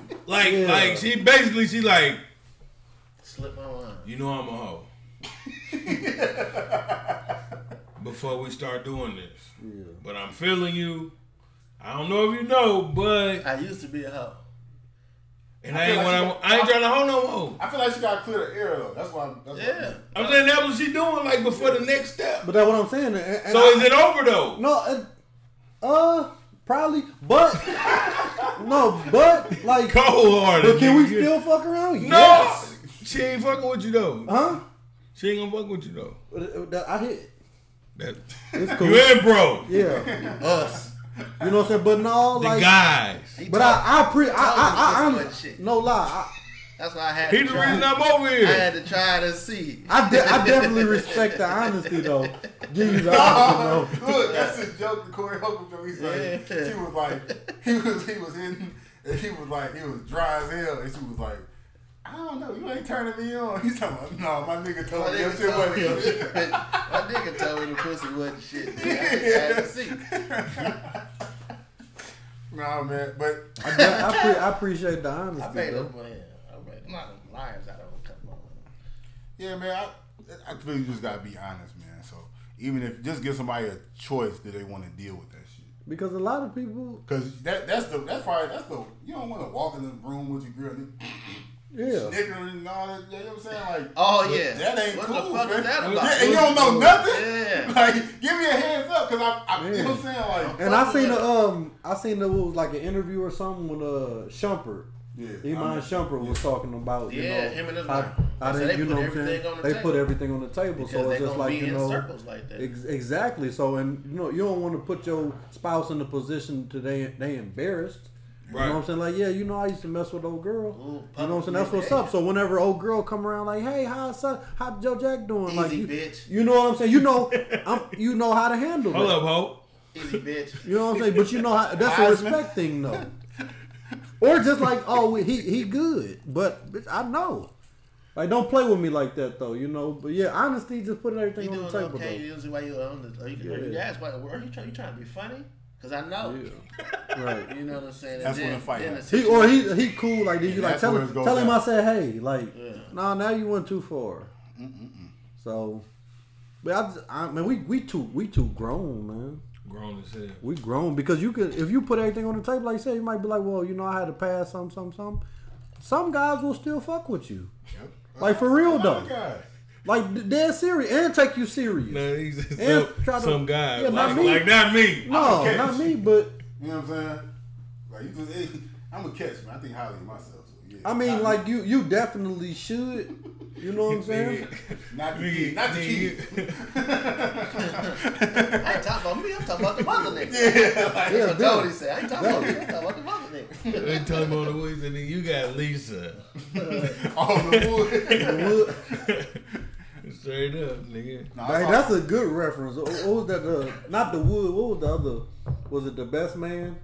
*laughs*
like,
Yeah.
like, she basically, she like,
Slip my mind.
you know, I'm a
*laughs*
hoe. Before we start doing this, but I'm feeling you. I don't know if you know, but
I used to be a hoe.
and
I
I,
feel
ain't
like
what
she
I,
got-
want- I ain't trying to hoe no more.
I feel like she got to clear the air though. That's why. I'm, that's
Yeah.
Why
I'm saying that was she doing like before the next step.
But that's what I'm saying. And, and
So
I-
is it over though?
no, uh, uh, probably, but no, but like,
Cold hearted.
but can we still fuck around?
No,
Yes. Uh-huh.
she ain't fucking with you though.
Huh?
She ain't gonna fuck with you though.
Uh, uh, I hit. *laughs*
That,
It's cool.
You in, bro?
Yeah, us. You know what I'm saying? But no,
The
like,
guys.
He
but
told-
I, I pre, I, I, I,
Tell
I,
him this much shit.
no lie.
That's why I had.
He
to
the
try.
reason I'm over
I
here.
had to try to see.
I, I, de- I
*laughs*
definitely respect the honesty though. Give you the honesty though.
Look, that's a joke to Corey Holcomb joke. He's like,
Yeah.
she was like, he was, he was in, and he was like, he was dry as hell, and she was like, I don't know, you ain't turning me on. *laughs* He's talking about, no, my nigga
My
told me that
nigga
shit
told me,
wasn't
*laughs*
shit.
my nigga told me the pussy wasn't shit. I
*laughs*
had to see.
*laughs* Nah, man, but
I, de- I, pre- I appreciate the
I
honesty
made
though.
up my hand. I made a lot of liars out of them. Come on.
yeah, man, I, I feel you just gotta be honest, man. So even if just give somebody a choice, do they want to deal with that shit?
Because a lot of people,
Cause that that's the that's probably that's the you don't want to walk in the room with your girl and
yeah.
snickering and all that. You know what I'm saying? Like,
Oh yeah.
That ain't
what
cool,
the fuck
man.
is that about?
*laughs* Yeah, and you don't know nothing.
Yeah.
Like, give me a hands up, cause I, I you know what I'm saying. Like,
And I seen the um, I seen the what was like an interview or something when uh Shumpert,
Yeah, I
Iman
mean,
Shumpert was talking about you
Yeah,
know
him and his
how,
wife.
how
So
they,
they
you
put
know what I'm
everything
saying?
on the
they
table.
put everything on the table,
Because
so
they
it's just
gonna
like
be
you
in
know
circles like that.
ex- exactly. So and you know you don't want to put your spouse in the position today they embarrassed. You
Right.
know what I'm saying? Like, yeah, you know, I used to mess with old girl.
Ooh,
you know what I'm saying? That's what's up. So whenever old girl come around, like, hey, how's son? how Joe Jack doing? like,
Easy,
you,
bitch.
you know what I'm saying? You know, I'm, you know how to handle
Hold
it.
up, Hope.
Easy bitch.
You know what I'm saying? But you know how that's a respect thing though. Or just like, oh, he he good, but bitch, I know. Like, don't play with me like that though. You know, but yeah, honesty, just put
You
everything on
doing
the table
okay? Usually, why you on the? Are you, are you
Yeah.
asked, why, are you trying? You trying to be funny? Cause I *laughs* know.
right.
You know what I'm saying?
That's
And
when
then-
the fight
then
happens.
He or he he cool like this. You like
that's
tell
where
him
it goes
tell him I
down.
said hey like
Yeah.
nah now you went too far. So, but I, just- I man we we too we too grown man.
Grown as hell.
We grown because you could if you put everything on the table like you said you might be like well you know I had to pass some some some. Some guys will still fuck with you
Yep.
like for real
Oh,
though
my God.
like d- dead serious and take you serious.
Man, he's just
And
some,
try to-
some guy.
Yeah, not
like,
me.
like, not me.
No,
Okay.
not me, but
You know what I'm saying? Like you just, hey, I'm a catch, man. I think highly of myself. So yeah.
I mean like you you definitely should. You know what I'm
*laughs*
saying?
not the
Nigga,
kid, not the kid.
nigga.
I ain't talking about me. I'm talking about the mother
*laughs*
nigga.
Yeah,
That's what
dude.
Jody said. I ain't talking about me. I'm talking about the mother nigga.
They tell him on the way, and then you got Lisa.
*laughs* All the
*laughs*
wood.
Look,
Straight up, nigga.
Nah,
Hey,
I-
that's a good reference. What what was that? The, not the wood. What was the other? Was it the best man?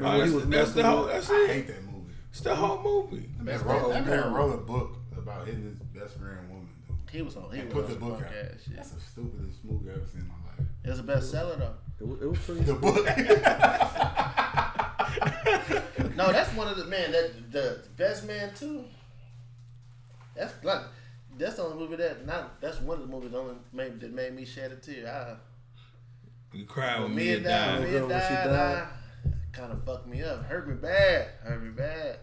Oh,
he
that's,
was
that's the
messing
whole.
with-
That's
I
it.
hate that movie.
It's the whole movie.
That man wrote, that man wrote a book about hitting his best friend woman. Dude.
He was on. He
And
was
put
on
the book out.
podcast, yeah.
That's the stupidest movie I've ever seen in my life.
It was a bestseller though.
It was, it was pretty.
The book. *laughs*
No, that's one of the man that the best man too. That's like that's the only movie that not that's one of the movies that only made that made me shed a tear. I,
You cry with
when
me
Oh, Mia
and
died,
die.
me-
Mia
When she
died,
died.
kind of fucked me up, hurt me bad, hurt me bad.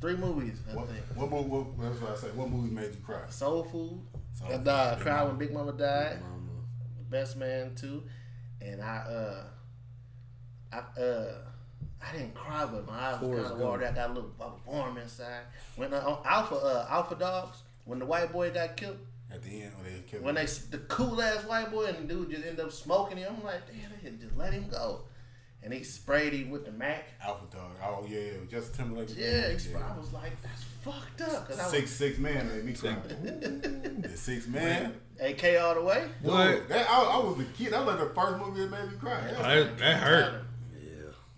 Three movies, I
what,
think.
what movie? What, that's what I said. What movie made you cry?
Soul Food.
Soul
I
Food,
died.
Big
Cry
Mama.
when Big Mama died. Best Man too. And I uh I uh I didn't cry but my eyes was
Forrest
kinda watery. I got a little I was warm inside. When uh, on Alpha uh, Alpha Dogs, when the white boy got killed,
At the end, when they killed
when
him.
they the cool ass white boy and the dude just ended up smoking him, I'm like, damn, they should just let him go. And he sprayed him with the Mac.
Alpha Dog. Oh yeah, yeah. Just Timberlake.
Yeah, he spray- I was like, that's fucked up. 'Cause I was
Six six man made me cry. the
*laughs*
six man.
AK all the way.
What?
Dude, that, I, I was a kid. That was like the first movie that made me cry. That was-
Oh, that, that hurt.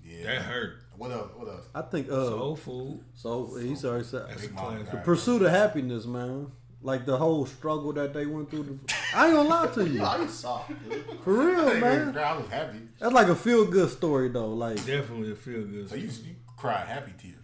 yeah.
That hurt.
What else? What else?
I think. Uh, so,
Soul food.
he's already said.
That's a
Big Mama
classic.
cried.
Pursuit of happiness, man. Like the whole struggle that they went through. To, I ain't gonna lie to you,
Oh, you soft, dude.
for real,
That made me
man.
cry. I was happy.
That's like a feel good story though. Like
Definitely a feel good.
So Oh, you, you cry happy tears.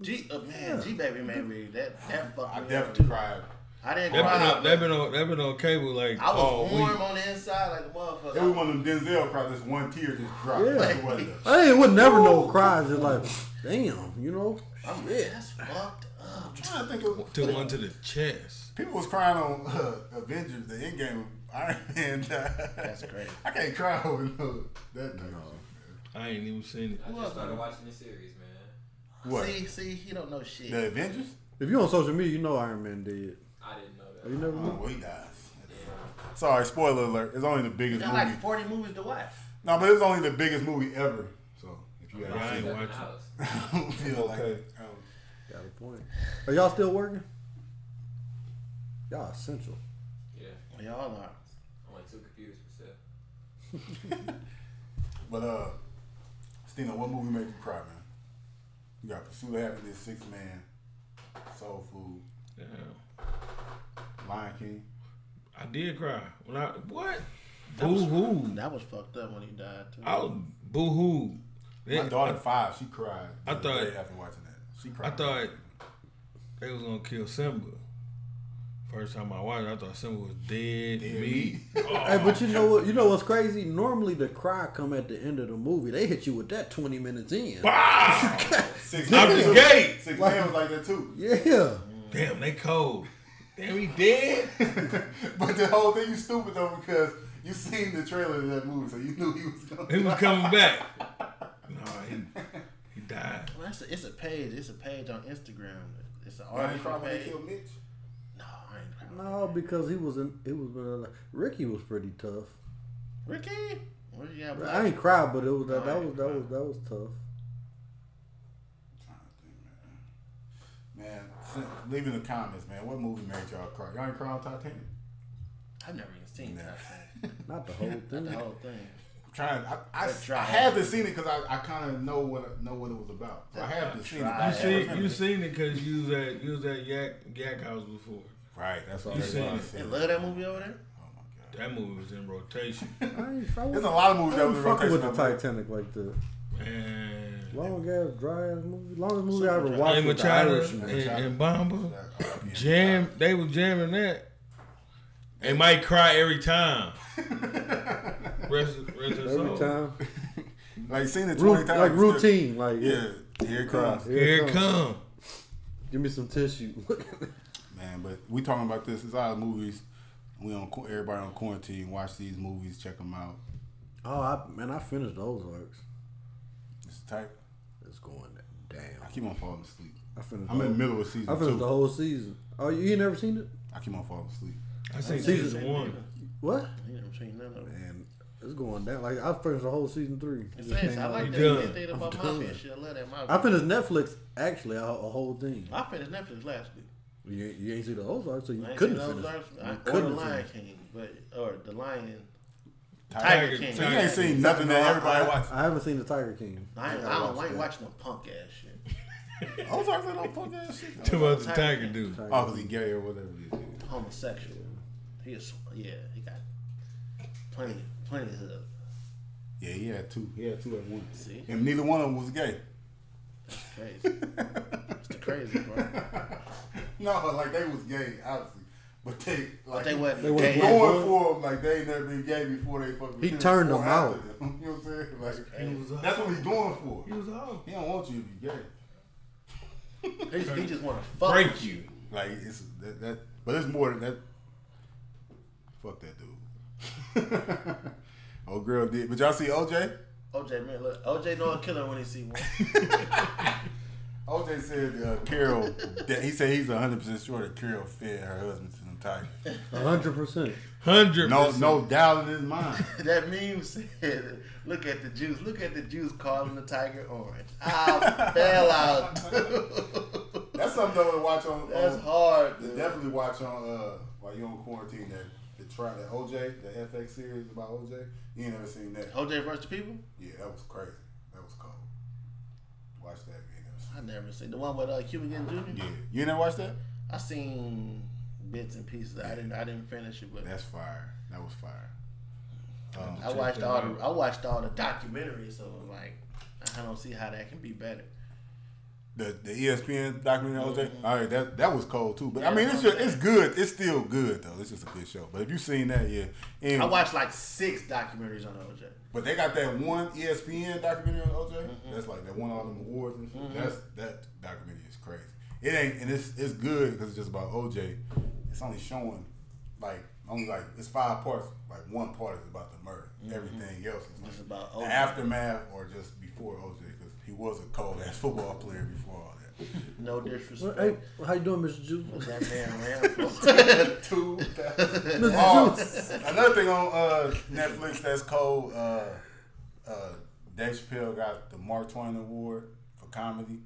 G, uh, man, G baby made me that that fucked
I
me up.
definitely cried.
I didn't
They've been
cry.
on. They've been on. They've been on cable like
I was
all
warm
week.
on the inside like a motherfucker.
Oh, Every one of them Denzel cried. Just one tear just dropped.
Yeah.
It wasn't
*laughs*
a-
I ain't would never know cries. It's like, damn, you know.
I'm like, that's fucked up.
I'm trying to think of
Took one to the chest.
People was crying on *laughs* uh, Avengers, the Endgame, Iron *laughs* Man. That's
great.
I can't cry over no, that. No.
I ain't even seen it.
I just started watching the series, man.
What?
See, see, he don't know shit.
The Avengers?
If you on social media, you know Iron Man did.
I didn't know that.
You never
Oh,
know.
well, he dies. Sorry, spoiler alert. It's only the biggest
Got
movie.
like 40 movies to watch.
no, but it's only the biggest movie ever. So if you
I
haven't
ain't
seen it,
In the
watching.
house.
I don't *laughs* feel like
Okay.
um,
Got a point. Are y'all still working? Y'all essential.
Yeah.
Y'all are.
Only two computers for sale.
But uh, Stina, what movie made you cry, man? You got Pursuit of Happiness, Six Man, Soul Food,
Damn.
Lion King.
I did cry when I what? Boo hoo.
That was fucked up when he died, too.
I was boo hoo.
My daughter five, she cried.
I
the other
thought-
day after watching that, she
I
cried.
thought they was gonna kill Simba. First time I watched, it, I thought Simba was dead.
Dead
meat.
Hey, but you know what? You know what's crazy? Normally the cry come at the end of the movie. They hit you with that twenty minutes in.
Wow!
Six
Out
Man
the
was-
gate.
Six Man was like that too. *laughs*
Yeah.
*laughs* Damn, they cold. Damn, he dead.
but the whole thing you stupid though because you seen the trailer of that movie, so you knew he was
He
going.
was coming back. No, he he died.
Well, that's a, it's a page. It's a page on Instagram. It's an
I
artist
ain't crying when they
page.
killed Mitch.
No, I ain't crying.
No, because he was in. It was uh, Ricky was pretty tough.
Ricky? What you got?
I ain't cry, but it was that, that was that was that was tough.
Trying to think, Man, Man, send- leave in the comments, man. What movie made y'all cry? Y'all ain't crying on Titanic.
I've never even seen
Nah.
that thing.
Not the whole
Not
*laughs*
the
thing.
whole thing.
I'm trying. I, I,
That dry-
I haven't seen it because I, I kind of know what know what it was about. So I
That
haven't seen it.
dry-
but I
You see,
remember
you
it.
seen it because you was at you was at Yak Yak House before.
Right. That's all.
You
that's
seen
why I
it.
said
They love that movie over there?
Oh my god.
That movie was in rotation. *laughs*
I ain't, I
There's
wasn't,
a
I
lot of movies that was
wasn't fucking
rotation.
with the
over there.
Titanic like that.
Man.
Long ass, dry ass movie. Longest movie I ever watched
Hey,
was The
Machado and,
Irishman.
and Bamba.
Yeah.
Jam. They were jamming that. They might cry every
*laughs*
time. Rest, rest their soul.
Every time,
Like seen it
Ru-
twenty times.
like
still-
routine, like
Yeah, here it comes.
Here,
Here it
come.
come.
Give me some *laughs* tissue.
Man, but we talking about this. It's all movies. We on qu- everybody on quarantine. Watch these movies. Check them out.
oh, I, man, I finished those arcs.
It's tight.
It's going down.
I keep on falling asleep.
I finished.
I'm
the
in the
whole-
middle of season
I finished
two.
the whole season. Oh, you ain't never seen it?
I keep on falling asleep.
I seen
Season
season one.
What?
I ain't never seen none of them.
And it's going down. Like I finished the whole season three.
It's nice. I like
You
that.
done.
They did about
I'm
mafia
done.
shit. I love that mafia.
I finished Netflix actually a, a whole thing.
I finished Netflix last week.
You, ain't- you ain't see the Ozark, so you
I ain't
couldn't
seen
finish.
Ozarks.
it.
I,
You
or the
couldn't
Lion
finish. it.
King, but or the Lion.
Tiger
Tiger
King.
King.
So you ain't
Tiger
seen nothing that everybody
I,
watches.
I haven't seen the Tiger King.
I, ain't- I, don't, I ain't watching no punk ass shit.
Ozark's like no punk ass shit.
Two
though.
other tiger dude.
Oh, because he gay or whatever. it is.
Homosexual. He is. Yeah, he got plenty, plenty of hood.
Yeah, he had two. He had two at once.
See,
And neither one of them was gay.
that's crazy. That's the crazy part.
No, like they was gay, obviously. But they like
But they wasn't
They wasn't
gay.
going-
going for him like they ain't never been gay before they fucking.
He
finished
turned
or
them
after
out.
them. *laughs* You know what I'm saying?
was
Like
up.
that's what he's going for.
He was off.
He don't want you to be gay.
He just, he just want to fuck.
Break you.
Like it's that, that but it's more than that. Fuck that dude. *laughs* Old girl did, but y'all see OJ?
OJ man, look, OJ know a killer when he see one. *laughs*
OJ said uh, Carol. that he said he's hundred percent sure that Carol fed her husband to some tiger.
hundred percent.
Hundred.
No, no doubt in his mind.
that meme said, "Look at the juice. Look at the juice calling the tiger orange."
*laughs*
I fell out.
That's something though to watch on.
That's
on-
hard.
to
Dude.
Definitely watch on uh while you're on quarantine that the try that OJ the FX series about OJ. You ain't never seen that?
OJ versus the people.
Yeah, that was crazy. That was cold. Watch that. if You ain't never seen
I never seen the one with uh, Cuban Getting Jr.
it. Yeah, you ain't never watched that?
I seen bits and pieces. I didn't. I didn't finish it, but
That's fire. That was fire. Um,
I watched all. The, I watched all the documentaries. So like, I don't see how that can be better.
the the E ESPN documentary on OJ. All right, that that was cold too. But I
Mm-hmm. Yeah,
mean, it's
okay.
just, it's good. It's still good though. It's just a good show. But if you seen that, yeah. And,
I watched like six documentaries on OJ.
But they got that one E ESPN documentary on OJ.
Mm-hmm.
That's like that won all them awards and shit. That's that documentary is crazy. It ain't and it's it's good because it's just about OJ. It's only showing like only like it's five parts. Like one part is about the murder. Everything else is like
Mm-hmm. It's about
the
OJ.
aftermath or just before OJ because he was a cold ass *laughs* football player before all that.
*laughs* No disrespect.
Well, hey, how you doing, Mr.
*laughs*
Juice?
That man ran for *laughs*
Two.
Mr.
Oh,
Juice.
another thing on uh, Netflix that's cold. Uh, uh, Dave Chappelle got the Mark Twain Award for comedy.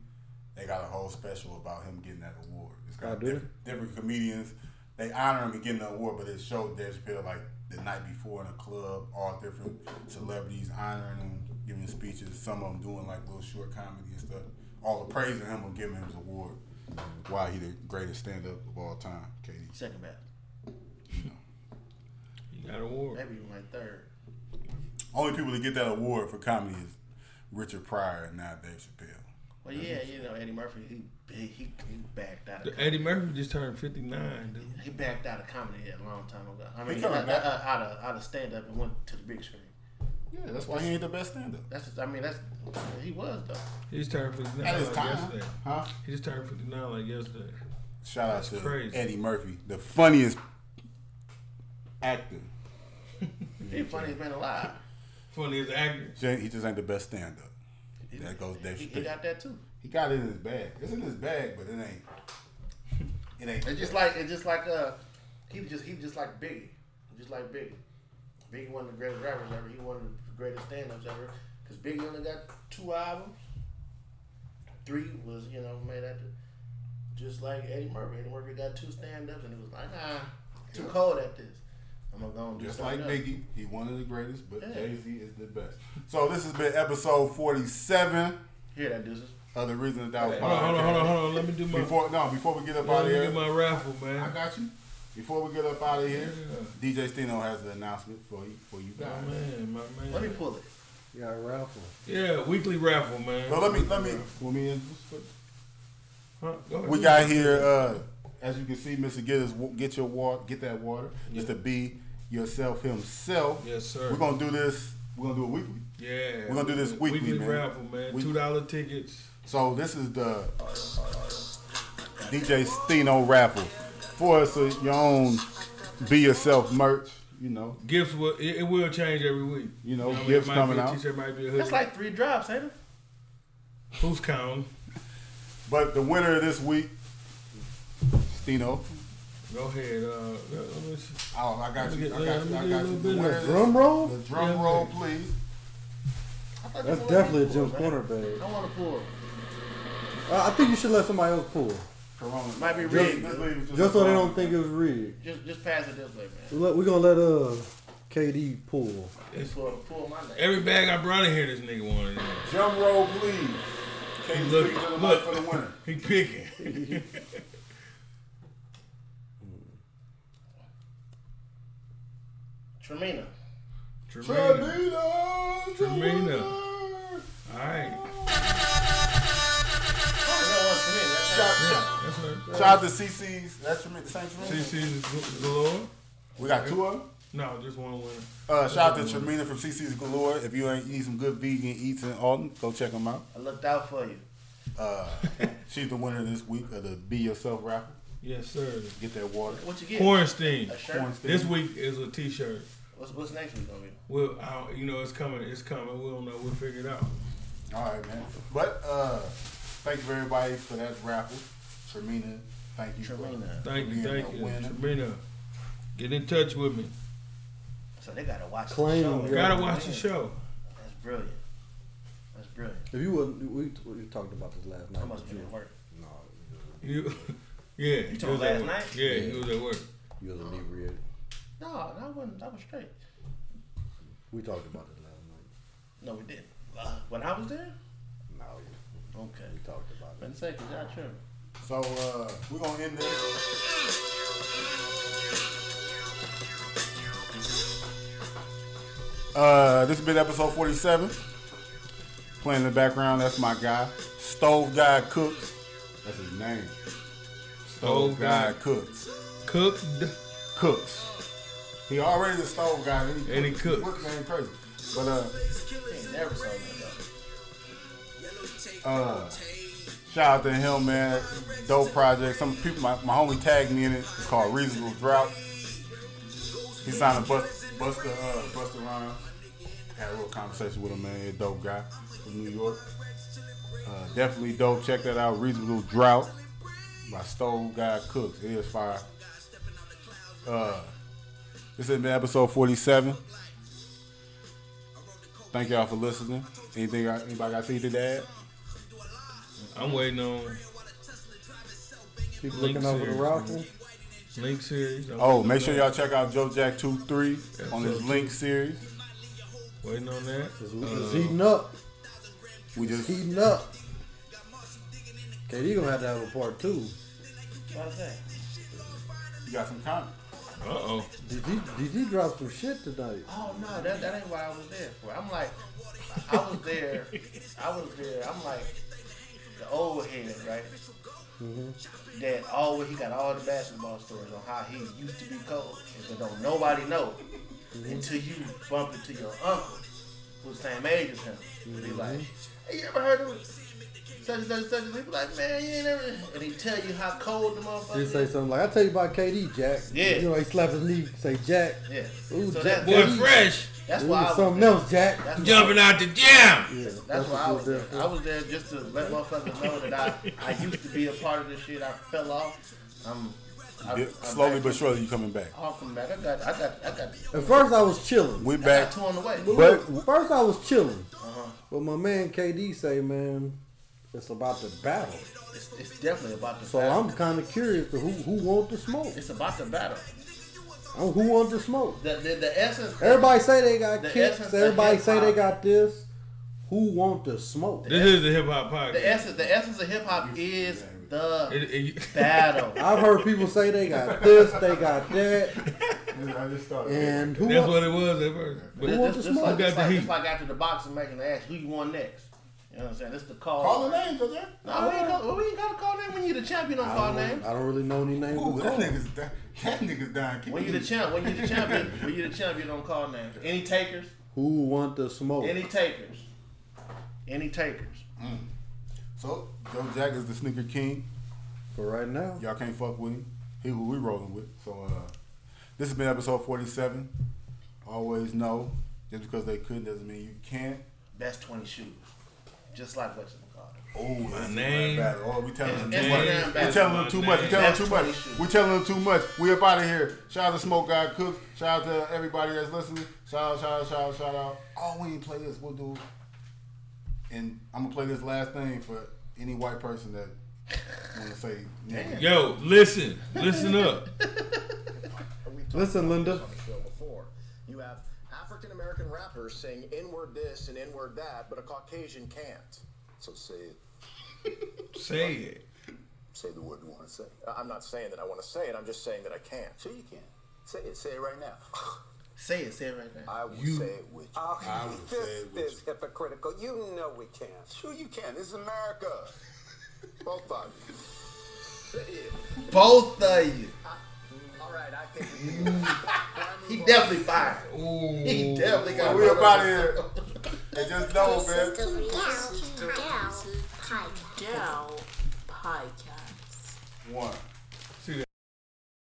They got a whole special about him getting that award. It's
Oh,
got
do they?
different, different comedians. They honor him and getting the award, but it showed Dave Chappelle like the night before in a club, all different celebrities honoring him, giving speeches. Some of them doing like little short comedy and stuff. All the praising him and giving him his award. Why he the greatest stand up of all time, Katie?
second ballot.
You got a war.
Maybe even like third.
Only people that get that award for comedy is Richard Pryor and now Dave Chappelle.
Well, yeah, you know Eddie Murphy. He big. He, he backed out. Of,
Eddie Murphy just turned fifty nine, dude.
he backed out of comedy a long time ago. I mean,
coming
uh, uh,
back.
uh, out of out of stand up and went to the big screen.
Yeah, that's why he ain't the best stand up.
That's. I mean, that's. He was though.
He just turned fifty
At
nine
his
like
time.
yesterday.
Huh?
He just turned fifty nine like yesterday.
Shout out to
crazy.
Eddie Murphy, the funniest actor.
He funny man alive.
Funniest actor.
He ain't- he just ain't the best stand up.
He,
That goes Dave
he, he
Chappelle.
got that too.
He got it in his bag. It's in his bag, but it ain't. It ain't.
It's just like it's just like uh, he was just he was just like Biggie, just like Biggie. Biggie one of the greatest rappers ever. He one of the greatest stand-ups ever. Cause Biggie only got two albums. Three was you know made after, just like Eddie Murphy. Eddie Murphy got two stand-ups and he was like nah, too cold at this. I'm gonna go and do
*laughs* Just like
something else.
Biggie, he one of the greatest, but
Yeah.
Jay Z is the best. So this has been episode forty-seven
Here that deuces.
of the Reason That was
Hold on, hold on, hold on, hold on. Let me do my
Before no, before we get up out
let
of
me do
here,
my raffle, man.
I got you. Before we get up out of here,
Yeah.
DJ Steno has an announcement for you, for you guys.
My man, my man.
Let me pull it.
Yeah, Ralph.
Yeah, weekly raffle, man.
So let me let me.
Want me in?
Huh? Go ahead.
We got here, uh, as you can see, Mr. Get his, get your water, get that water. Mr. B yourself himself.
Yes, sir.
We're gonna do this. We're gonna do it weekly.
yeah,
we're gonna do this weekly,
weekly
man.
raffle, man.
We-
Two dollar tickets.
So this is the DJ Steno raffle for us, uh, your own be yourself merch. You know,
Gifts will it, it will change every week.
You know,
what I mean?
gifts
It might be
coming
a
out.
T-shirt might be a
That's
hoodie.
like three drops, ain't it?
Who's counting?
but the winner of this week, Steno.
Go ahead. Uh, let me see.
Oh, I got
Let me
you.
get- uh,
I got you. I
let me
got
get a
you.
little bit
The
of
winner of this-
Drum roll?
the drum
Yeah.
roll, please.
I thought
That's
you wanted
definitely a
me to pull it,
Jim's
man.
Corner bag. Uh,
I want to pull. it.
I, I think you should let somebody else pull.
Corona.
Might be
Just-
rigged.
just leave it
Just so they
alone.
don't think it was rigged.
Just, just pass it this way, man.
We're let- we're gonna let uh KD pull.
Pull, pull my name.
Every bag I brought in here, this nigga wanted. it.
Drum roll, please. Can't
Look,
speak to the mic
look.
for the winner.
He picking.
Tremina.
Tremendous.
Tremina.
Tremina.
Tremina.
All right.
Oh, no, it's Tremina. That's
Shout, shout,
That's right.
shout out to CC's. That's Tremina. Saint Tremina.
CC's Gal- galore.
We got two of them.
No, just one winner.
Uh, shout out to Tremina from CC's Galore. If you ain't eat some good vegan eats in Alton, go check them out.
I looked out for you.
Uh, she's the winner this week of the Be Yourself raffle.
Yes, sir.
Get that water.
What you get?
Quarantine.
A shirt.
Corn
This
Stain.
week is a T-shirt.
What's, what's next week gonna be?
Well, I don't, you know, it's coming. It's coming. We don't know. We'll figure it out.
All right, man. But uh, thank you for everybody for that raffle. Tremina, thank you. for-
Tremina.
for
Thank you,
being
thank
a
you,
winner.
Tremina. Get in touch with me.
So they gotta watch
Claim
the show.
them,
You gotta watch the
Man,
show.
That's brilliant. That's brilliant.
If you wouldn't, we, we talked about this last night.
I must
but
be
you,
at work.
no,
You, *laughs* yeah. You
talking last night?
Yeah, he was at work.
you was inebriated.
No, that wasn't. That was straight.
We talked about this last
No, we didn't. Uh, when I was there.
night. No,
Okay.
we talked about it.
Been second, y'all tripping.
So uh, we're gonna end this. Uh, this has been episode 47. Playing in the background, that's my guy, Stove Guy Cooks. That's his name. Stove
Stove
Guy
Guy
Cooks.
Cooked.
Cooks. He already the stove guy, and he,
And he
cooks.
cooks.
Cooks ain't crazy. But uh,
Ain't never saw that though.
Uh, shout out to him, man. Dope project. Some people, my, my homie tagged me in it. It's called Reasonable Drought. He signed a bus, Buster, uh, Buster Rhymes. Had a little conversation with him, man. He a dope guy from New York. Uh, definitely dope. Check that out. Reasonable Drought by Stove Guy Cooks. It is fire. Uh, this has been episode 47. Thank y'all for listening. Anything, anybody got anything to add?
I'm waiting on
Keep
Link
looking over the
series,
raffle.
man. Link series. I'm
Oh,
waiting
make
on
sure
that.
y'all check out Joe Jack 23 on his
Episode
Link series.
Waiting on that.
It's, it's
Uh,
heating up.
We
It's
just
heating up. KD gonna have to have a part two.
Why's that?
you got some comment.
Uh oh.
DG, DG dropped some shit tonight.
Oh no, that, that ain't what I was there for. I'm like, I I was there. I was there. I'm like the old head, right?
Mm-hmm.
That always he got all the basketball stories on how he used to be cold, and that don't nobody know
Mm-hmm.
until you bump into your uncle who's the same age as him.
Mm-hmm.
And He like, hey, you ever heard of such and such and such? And He be like, man, you ain't ever. And he tell you how cold the motherfucker.
He
is.
say something like, "I tell you about KD, Jack."
Yeah.
You know, he slapped his knee. Say, "Jack."
Yeah.
Ooh, Jack
so that,
Boy,
that's,
fresh.
that's
Ooh,
why I was
something
there.
else, Jack.
That's why-
Jumping out the gym.
Yeah,
That's why I
what
was
she
there.
for.
I was there just to let motherfuckers know that I, I used to be a part of this shit. I fell off. I'm, I'm, I'm
Slowly
back.
but surely you coming back.
I'll come back. I got I got I got,
At first, I was chilling.
We
I got
back.
two on the way.
But first, I was chilling.
Uh-huh.
But my man KD say, "Man, it's about the battle."
It's, it's definitely about the
So
battle.
I'm kind of curious to who who want the smoke.
it's about the battle.
I'm, who want the smoke?
The the, the essence.
Everybody say they got
The
kicks.
essence of
Everybody
hip
say they
hop.
got this. Who want the smoke?
This is the hip hop podcast.
The essence the essence of hip hop is the
It- *laughs* it-
*laughs*
battle.
I've heard people say they got this, they got that,
*laughs* I just started.
and who?
that's
wa-
what it was at first. But
Who wants
Just-
the
just
smoke?
like-
Who got
just
the
like-
heat?
Just like after the boxing match and they ask who you want next. You know what I'm saying? This the call.
Call the names, okay?
No, we ain't, call, we ain't gotta call name when you the champion. Don't call
I
names.
don't really know any names.
Ooh,
of
that
cars.
nigga's that, that nigga's dying. Keep
When you the champ, when you the champion, when you the champion, don't call names. Any takers?
Who want the smoke?
Any takers? Any takers?
So Joe Jack is the sneaker king.
For right now,
Y'all can't fuck with him. He who we rolling with. So uh, this has been episode forty-seven. Always know, just because they couldn't doesn't mean you can't.
That's twenty shoes. Just like Western McCall.
Oh, that's
name.
name. Bad. Oh, we telling them
It's- it's
too much.
the damn
We
battle.
telling them too
My
much. We
name.
telling them
That's
too
what
much.
it should
We telling them too much. We up out of here. Shout out to Smoke God Cook. Shout out to everybody that's listening. Shout out, shout out, shout out, shout out. Oh, we ain't play this. We'll do. And I'm gonna play this last thing for any white person that wanna say. nigga.
Yo, listen, listen up.
listen, Linda.
on the show before. You have African American rappers saying N-word this and N-word that, but a Caucasian can't. So say it.
Say it.
Say the word you want to say. I- I'm not saying that I want to say it. I'm just saying that I can't. Sure you can. Say it. Say it right now.
Say it. Say it right now.
*sighs* I will say it with you.
Oh,
I would
this
say it with
is hypocritical. You know we can't.
Sure you can. This is America. Both of you. Say it.
Both of you.
All right. I think. we can do it.
*laughs* He definitely fired. He definitely got.
We up out of here. And just know, man.
Down Podcast.
One.